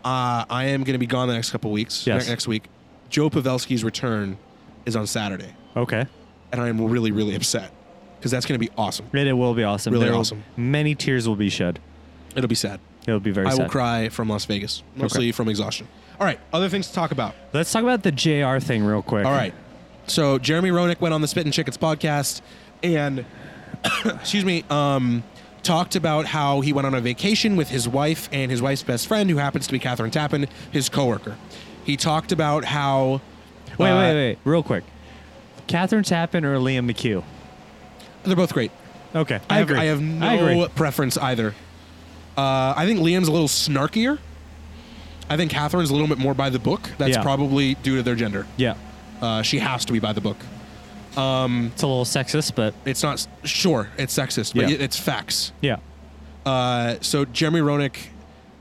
A: uh, I am going to be gone the next couple weeks.
B: Yes.
A: ne- Next week, Joe Pavelski's return is on Saturday,
B: Okay.
A: and I am really really upset because that's going to be awesome.
B: It, it will be awesome.
A: Really
B: There will-
A: awesome.
B: Many tears will be shed.
A: It'll be sad.
B: It'll be very
A: I
B: sad.
A: will cry from Las Vegas, mostly from exhaustion. All right, other things to talk about.
B: Let's talk about the JR thing real quick.
A: All right, so Jeremy Roenick went on the Spit and Chickens podcast, and excuse me, um, talked about how he went on a vacation with his wife and his wife's best friend, who happens to be Catherine Tappan, his coworker. He talked about how
B: Wait,
A: uh,
B: wait, wait. Real quick. Catherine Tappan or Liam McHugh?
A: They're both great.
B: Okay.
A: I,
B: I,
A: have,
B: agree.
A: I have
B: I
A: no
B: agree.
A: preference either. Uh, I think Liam's a little snarkier. I think Catherine's a little bit more by the book. That's
B: Yeah.
A: probably due to their gender.
B: Yeah.
A: Uh, she has to be by the book.
B: It's a little sexist, but
A: It's not sure it's sexist, but
B: Yeah.
A: it's facts.
B: yeah.
A: Uh, so Jeremy Roenick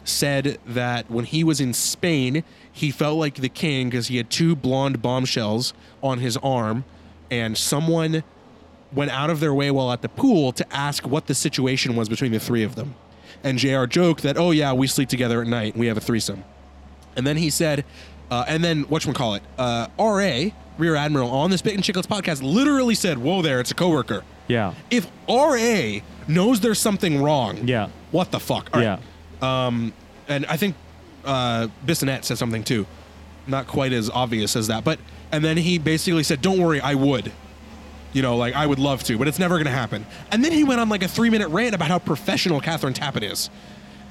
A: said that when he was in Spain, he felt like the king because he had two blonde bombshells on his arm, and someone went out of their way while at the pool to ask what the situation was between the three of them. And Jr. joked that, "Oh yeah, we sleep together at night. We have a threesome." And then he said, uh, and then whatchamacallit, uh, R.A., Rear Admiral, on this Bit and Chicklets podcast, literally said, Whoa there, it's a coworker.
B: Yeah.
A: If RA knows there's something wrong,
B: Yeah.
A: what the fuck? All right.
B: yeah.
A: And I think uh, Bissonette said something too. Not quite as obvious as that, but And then he basically said, "Don't worry, I would." You know, like I would love to, but it's never going to happen. And then he went on like a three-minute rant about how professional Catherine Tappet is,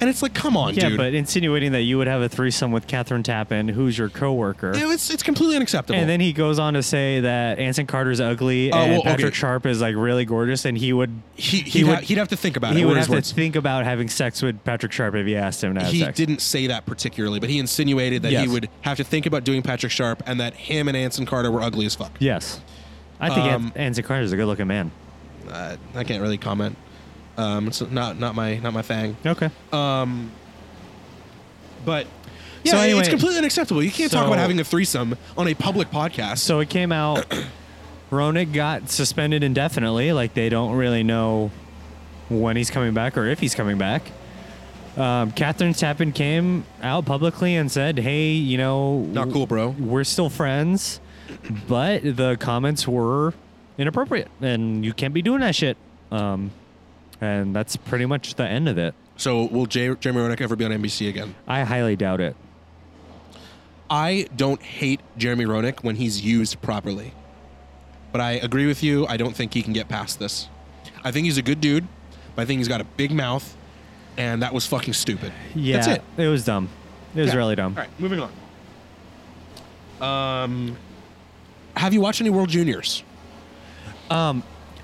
A: and it's like, come on,
B: Yeah,
A: dude.
B: but insinuating that you would have a threesome with Catherine Tappan, who's your coworker.
A: It was- it's completely unacceptable.
B: And then he goes on to say that Anson Carter's ugly
A: Oh,
B: and
A: well,
B: Patrick
A: okay.
B: Sharp is like really gorgeous, and he would
A: he, he'd,
B: he would-
A: ha- he'd have to think about it.
B: he
A: what
B: would
A: his
B: have to
A: words-
B: think about having sex with Patrick Sharp if he asked him to have
A: he
B: sex.
A: didn't say that particularly, but he insinuated that
B: Yes.
A: he would have to think about doing Patrick Sharp and that him and Anson Carter were ugly as fuck.
B: Yes, I think An-
A: Um,
B: Anson Carter's a good-looking man.
A: Uh, I can't really comment. Um, it's not not my not my thing.
B: Okay.
A: But yeah,
B: So anyway-
A: it's completely unacceptable. You can't talk
B: So-
A: about having a threesome on a public podcast.
B: So it came out. Roenick got suspended indefinitely. Like they don't really know when he's coming back or if he's coming back. Um, Catherine Tappan came out publicly and said, "Hey, you know,
A: Not cool, bro.
B: We're still friends, but the comments were inappropriate, and you can't be doing that shit." Um, and that's pretty much the end of it.
A: So will J- Jeremy Roenick ever be on NBC again?
B: I highly doubt it.
A: I don't hate Jeremy Roenick when he's used properly. But I agree with you. I don't think he can get past this. I think he's a good dude, but I think he's got a big mouth, and that was fucking stupid.
B: Yeah,
A: That's it.
B: was dumb. It was
A: Yeah.
B: really dumb.
A: All right, moving Um, on. Um, have you watched any World Juniors?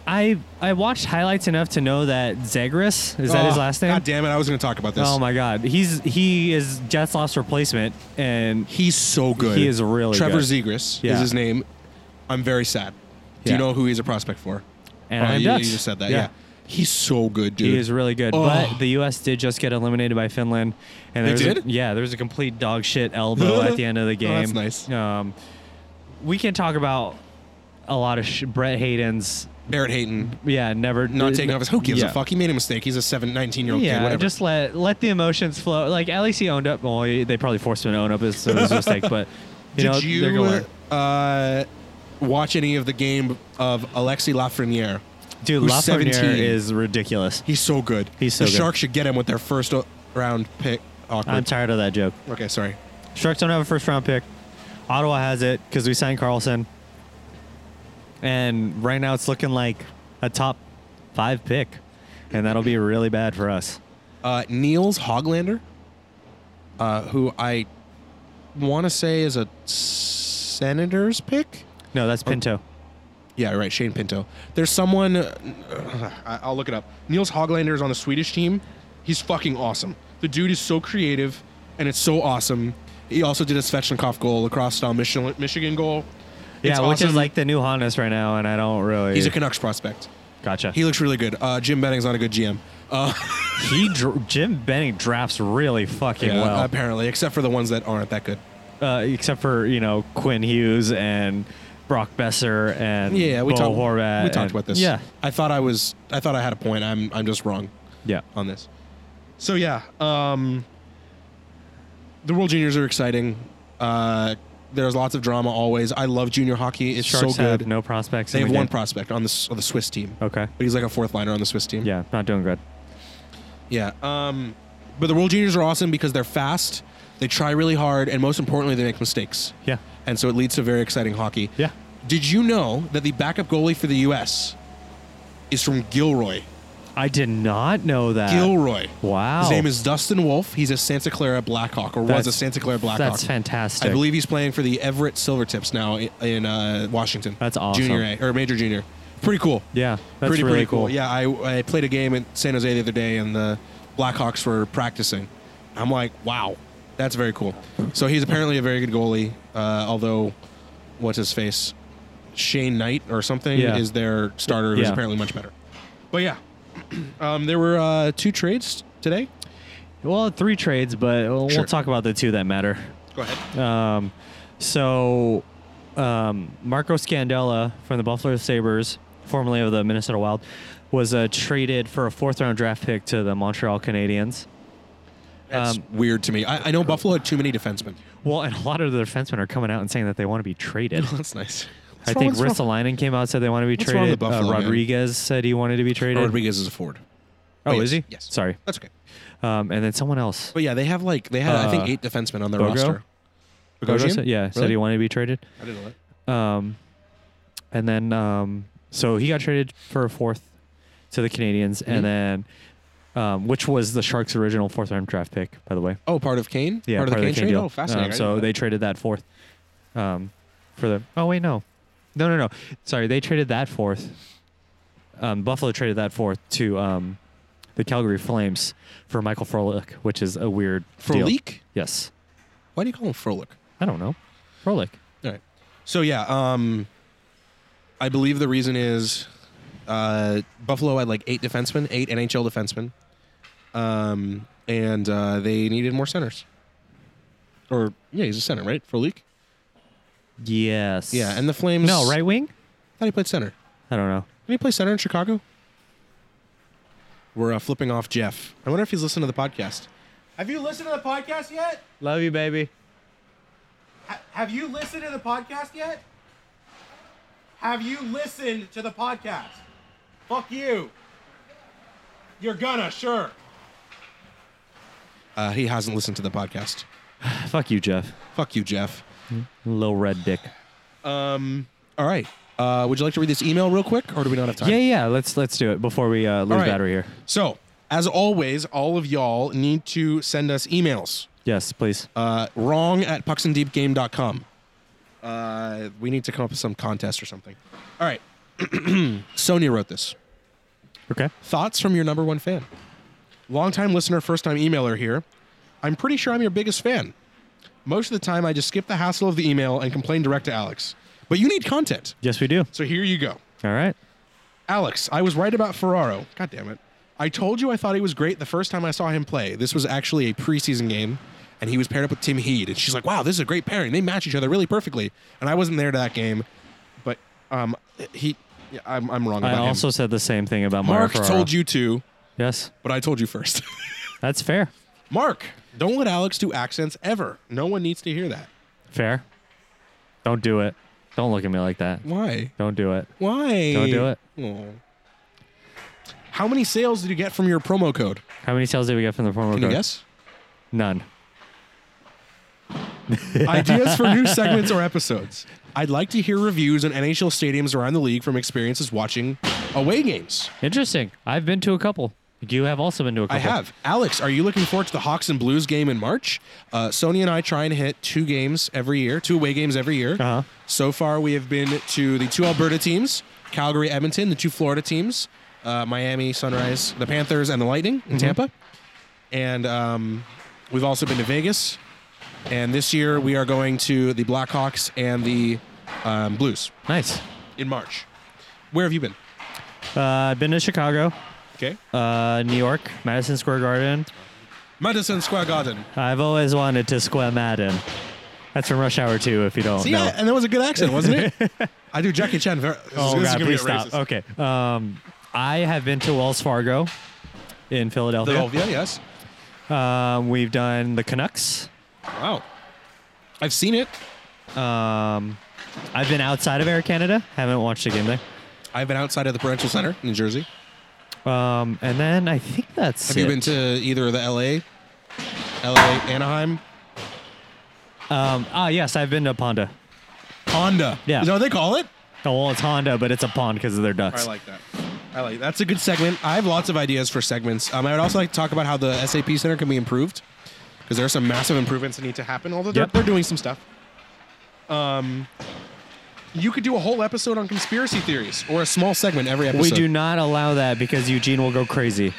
B: I I watched highlights enough to know that Zagreus is that his
A: Oh,
B: last name?
A: God damn it! I was going to talk about this.
B: Oh my god, he's he is Jetzloff's replacement, and
A: He's so good.
B: He is really
A: Trevor
B: good.
A: Zegras
B: Yeah.
A: is his name. I'm very sad. Do
B: Yeah.
A: you know who he's a prospect for?
B: and
A: Oh,
B: I'm
A: you, you
B: Dutch.
A: just said that. Yeah. He's so good, dude.
B: He is really good,
A: Oh.
B: but the U.S. did just get eliminated by Finland, and
A: They
B: there's a-
A: did?
B: yeah, there's a complete dog shit elbow at the end of the game.
A: Oh, that's nice.
B: Um, we can talk about a lot of sh- Brett Hayden's.
A: Barrett Hayton
B: Yeah, never
A: not taking off his. Who gives
B: Yeah.
A: a fuck? He made a mistake. He's a seven, 19 year old
B: Yeah,
A: kid. Whatever.
B: just let let the emotions flow. Like at least he owned up. Well, he- they probably forced him to own up. It's, it was a mistake, but you know
A: Did
B: they're
A: you
B: gonna
A: uh,
B: learn.
A: watch any of the game of Alexi Lafreniere?
B: Dude,
A: who's
B: Lafreniere
A: 17?
B: is ridiculous.
A: He's so good.
B: He's so
A: the
B: good.
A: Sharks should get him with their first o- round pick. Awkward.
B: I'm tired of that joke.
A: okay, sorry.
B: Sharks don't have a first round pick. Ottawa has it because we signed Carlson. And right now it's looking like a top five pick. And that'll be really bad for us.
A: Uh, Niels Hoglander, uh, who I want to say is a Senators pick.
B: No,
A: Oh,
B: that's Pinto.
A: Yeah, right. Shane Pinto. There's someone. Uh, I- I'll look it up. Niels Hoglander is on the Swedish team. He's fucking awesome. The dude is so creative, and it's so awesome. He also did a Svechnikov goal, lacrosse style Michigan, Michigan goal.
B: Yeah,
A: It's
B: which is
A: awesome.
B: like the new Hondas right now. And I don't really.
A: he's a Canucks prospect.
B: gotcha.
A: He
B: He,
A: looks really good. Uh, Jim Benning's not a good GM. Uh,
B: dr- Jim Benning drafts really fucking
A: yeah,
B: well.
A: uh, apparently, except for the ones that aren't that good.
B: uh, except for you know Quinn Hughes and Brock Besser and
A: Yeah, we
B: Bo
A: talked.
B: Horvat.
A: we talked
B: and-
A: about this.
B: Yeah,
A: I thought I was. I thought I had a point. I'm. I'm just wrong
B: yeah.
A: on this. So yeah, um, the World Juniors are exciting. Uh, there's lots of drama always. I love junior hockey. It's
B: Sharks
A: so good.
B: have no prospects.
A: they
B: and
A: have Oh.
B: we
A: one
B: did-
A: prospect on the s- on the Swiss team.
B: Okay.
A: But he's like a fourth liner on the Swiss team.
B: Yeah, not doing good.
A: Yeah. Um, but the World Juniors are awesome because they're fast. They try really hard, and most importantly, they make mistakes.
B: Yeah.
A: And so it leads to very exciting hockey.
B: Yeah.
A: Did you know that the backup goalie for the U.S. is from Gilroy?
B: I did not know that.
A: Gilroy.
B: Uh, Wow.
A: His name is Dustin Wolf. He's a Santa Clara Blackhawk, or was
B: That's-
A: a Santa Clara Blackhawk.
B: That's fantastic.
A: I believe he's playing for the Everett Silvertips now i- in uh, Washington.
B: That's awesome.
A: Junior A or major junior. Pretty cool.
B: Yeah, that's
A: pretty
B: really
A: pretty cool.
B: cool.
A: Yeah, I, I played a game in San Jose the other day, and the Blackhawks were practicing. I'm like, wow, that's very cool. So he's apparently a very good goalie. Uh, although, what's his face, Shane Knight or something
B: Yeah.
A: is their starter, who's
B: Yeah.
A: apparently much better. But yeah, um, there were uh, two trades today.
B: Well, three trades, but we'll,
A: Sure.
B: we'll talk about the two that matter.
A: Go ahead.
B: Um, so, um, Marco Scandella from the Buffalo Sabres, formerly of the Minnesota Wild, was uh, traded for a fourth round draft pick to the Montreal Canadiens.
A: That's
B: Um,
A: weird to me. I, I know Buffalo had too many defensemen.
B: Well, and a lot of the defensemen are coming out and saying that they want to be traded.
A: That's nice.
B: I think Ristolainen came out and said they want to be
A: What's wrong
B: traded.
A: with Buffalo,
B: uh,
A: man?
B: Rodriguez said he wanted to be traded.
A: Rodriguez is a forward.
B: oh,
A: yes,
B: is he?
A: yes.
B: Sorry.
A: That's okay.
B: Um, and then someone else.
A: But yeah, they have like they had I think
B: Uh,
A: eight defensemen on their
B: Bogo?
A: roster.
B: Gojo
A: Bogosian?
B: said- yeah, said
A: Really?
B: he wanted to be traded.
A: I didn't know that.
B: Um, and then um, so he got traded for a fourth to the Canadians,
A: Mm-hmm.
B: and then um, which was the Sharks' original fourth round draft pick, by the way.
A: Oh, part of Kane.
B: Yeah,
A: part, of the Kane, trade.
B: deal.
A: Oh, fascinating.
B: Um,
A: I didn't
B: so
A: know
B: they
A: that.
B: traded that fourth um, for the. Oh wait, no, no, no, no. Sorry, they traded that fourth. Um, Buffalo traded that fourth to um, the Calgary Flames for Michael Frolik, which is a weird deal.
A: Frolik.
B: Yes,
A: Why do you call him Frolik?
B: I don't know. Frolik.
A: All right. So yeah, um, I believe the reason is uh, Buffalo had like eight defensemen, eight NHL defensemen, um, and uh, they needed more centers. Or yeah, he's a center, right? For leak.
B: Yes.
A: Yeah, and the Flames.
B: no right wing.
A: Thought he played center.
B: I don't know.
A: Did he play center in Chicago? We're uh, flipping off Jeff. I wonder if he's listened to the podcast.
F: Have you listened to the podcast yet?
B: Love you, baby.
F: Ha- have you listened to the podcast yet? Have you listened to the podcast? Fuck you. You're gonna, sure.
A: Uh, he hasn't listened to the podcast.
B: Fuck you, Jeff.
A: Fuck you, Jeff.
B: Little red dick.
A: All right. Uh, would you like to read this email real quick, or do we not have time?
B: Yeah, yeah. Let's let's do it before we uh, lose
A: All right.
B: battery here.
A: So, as always, all of y'all need to send us emails.
B: Yes, please.
A: Uh, wrong at pucksanddeepgame.com. Uh, we need to come up with some contest or something. All right. Sonia wrote this.
B: Okay.
A: Thoughts from your number one fan. Longtime listener, first time emailer here. I'm pretty sure I'm your biggest fan. Most of the time, I just skip the hassle of the email and complain direct to Alex. But you need content.
B: Yes, we do.
A: So here you go.
B: All right.
A: Alex, I was right about Ferraro. God damn it. I told you I thought he was great the first time I saw him play. This was actually a preseason game, and he was paired up with Tim Heed. And she's like, wow, this is a great pairing. They match each other really perfectly. And I wasn't there to that game, but um, he, yeah, I'm, I'm wrong about
B: I
A: him.
B: also said the same thing about Mario
A: Mark
B: Ferraro.
A: told you to,
B: Yes,
A: but I told you first.
B: that's fair.
A: Mark, don't let Alex do accents ever. No one needs to hear that.
B: Fair. Don't do it. Don't look at me like that.
A: Why?
B: Don't do it.
A: Why?
B: Don't do it.
A: Aw. How many sales did you get from your promo code?
B: How many sales did we get from the promo
A: Can
B: code?
A: you guess?
B: None.
A: Ideas for new segments or episodes. I'd like to hear reviews on NHL stadiums around the league from experiences watching away games.
B: Interesting. I've been to a couple. You have also been to a couple.
A: I have. Alex, are you looking forward to the Hawks and Blues game in March? Uh, Sony and I try and hit two games every year, two away games every year.
B: Uh-huh.
A: So far, we have been to the two Alberta teams, Calgary, Edmonton, the two Florida teams, uh, Miami, Sunrise, the Panthers, and the Lightning in Tampa. And um, we've also been to Vegas. And this year, we are going to the Blackhawks and the um, Blues
B: Nice.
A: in March. Where have you been?
B: Uh, I've been to Chicago,
A: Okay.
B: uh, New York, Madison Square Garden.
A: Madison Square Garden.
B: I've always wanted to square Madden. That's from Rush Hour 2, if you don't
A: See,
B: know.
A: I- and that was a good accent, wasn't it? I do Jackie Chan. Very,
B: Oh
A: this is
B: God!
A: gonna be
B: Please stop.
A: racist.
B: Okay. Um, I have been to Wells Fargo in Philadelphia.
A: Philadelphia, Oh, yes.
B: Um, we've done the Canucks.
A: Wow. I've seen it.
B: Um, I've been outside of Air Canada. Haven't watched a game there.
A: I've been outside of the Prudential Center in New Jersey.
B: Um, and then I think that's.
A: Have you
B: it.
A: been to either of the LA, LA, Anaheim,
B: Um, ah, yes, I've been to Ponda.
A: Honda?
B: Yeah.
A: Is that what they call it?
B: Oh, well, it's Honda, but it's a pond because of their ducks.
A: I like that. I like that's a good segment. I have lots of ideas for segments. Um, I would also like to talk about how the SAP Center can be improved because there are some massive improvements that need to happen. Although they're,
B: Yep.
A: they're doing some stuff. Um, you could do a whole episode on conspiracy theories or a small segment every episode.
B: we do not allow that because Eugene will go crazy.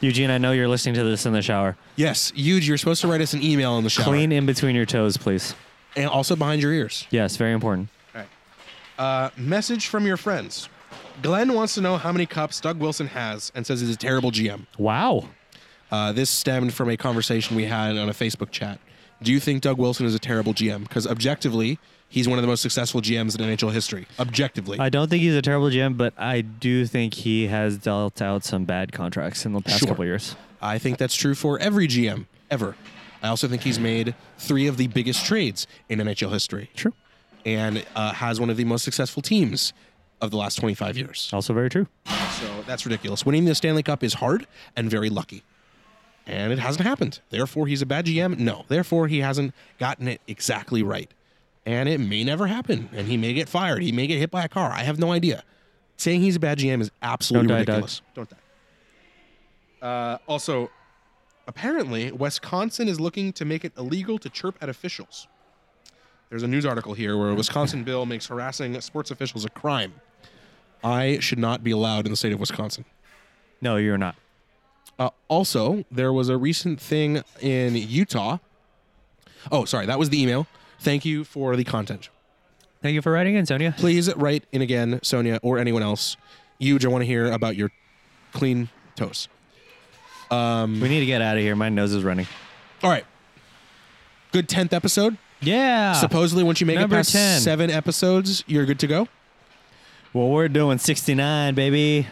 B: Eugene, I know you're listening to this in the shower.
A: Yes, huge. You're supposed to write us an email in the shower.
B: Clean in between your toes, please.
A: and also behind your ears.
B: Yes, very important.
A: Uh, message from your friends. Glenn wants to know how many cups Doug Wilson has and says he's a terrible GM.
B: Wow.
A: Uh, this stemmed from a conversation we had on a Facebook chat. Do you think Doug Wilson is a terrible GM? Because objectively, he's one of the most successful GMs in NHL history. Objectively.
B: I don't think he's a terrible GM, but I do think he has dealt out some bad contracts in the past
A: Sure.
B: couple years.
A: I think that's true for every GM ever. I also think he's made three of the biggest trades in NHL history.
B: True.
A: And uh, has one of the most successful teams of the last 25 years.
B: Also very true.
A: So that's ridiculous. Winning the Stanley Cup is hard and very lucky. And it hasn't happened. Therefore, he's a bad GM? No. Therefore, he hasn't gotten it exactly right. and it may never happen. And he may get fired. He may get hit by a car. I have no idea. Saying he's a bad GM is absolutely
B: Don't die, Doug.
A: ridiculous. Don't die. Uh, also, apparently, Wisconsin is looking to make it illegal to chirp at officials. There's a news article here where a Wisconsin bill makes harassing sports officials a crime. I should not be allowed in the state of Wisconsin.
B: No, you're not.
A: Uh, also, there was a recent thing in Utah. Oh, sorry, that was the email. Thank you for the content.
B: Thank you for writing in, Sonia.
A: Please write in again, Sonia or anyone else. Huge, I want to hear about your clean toes.
B: We need to get out of here. My nose is running.
A: All right. Good 10th episode.
B: Yeah.
A: Supposedly, once you make it
B: Ah. number
A: past
B: 10.
A: seven episodes, you're good to go.
B: well, we're doing 69, baby.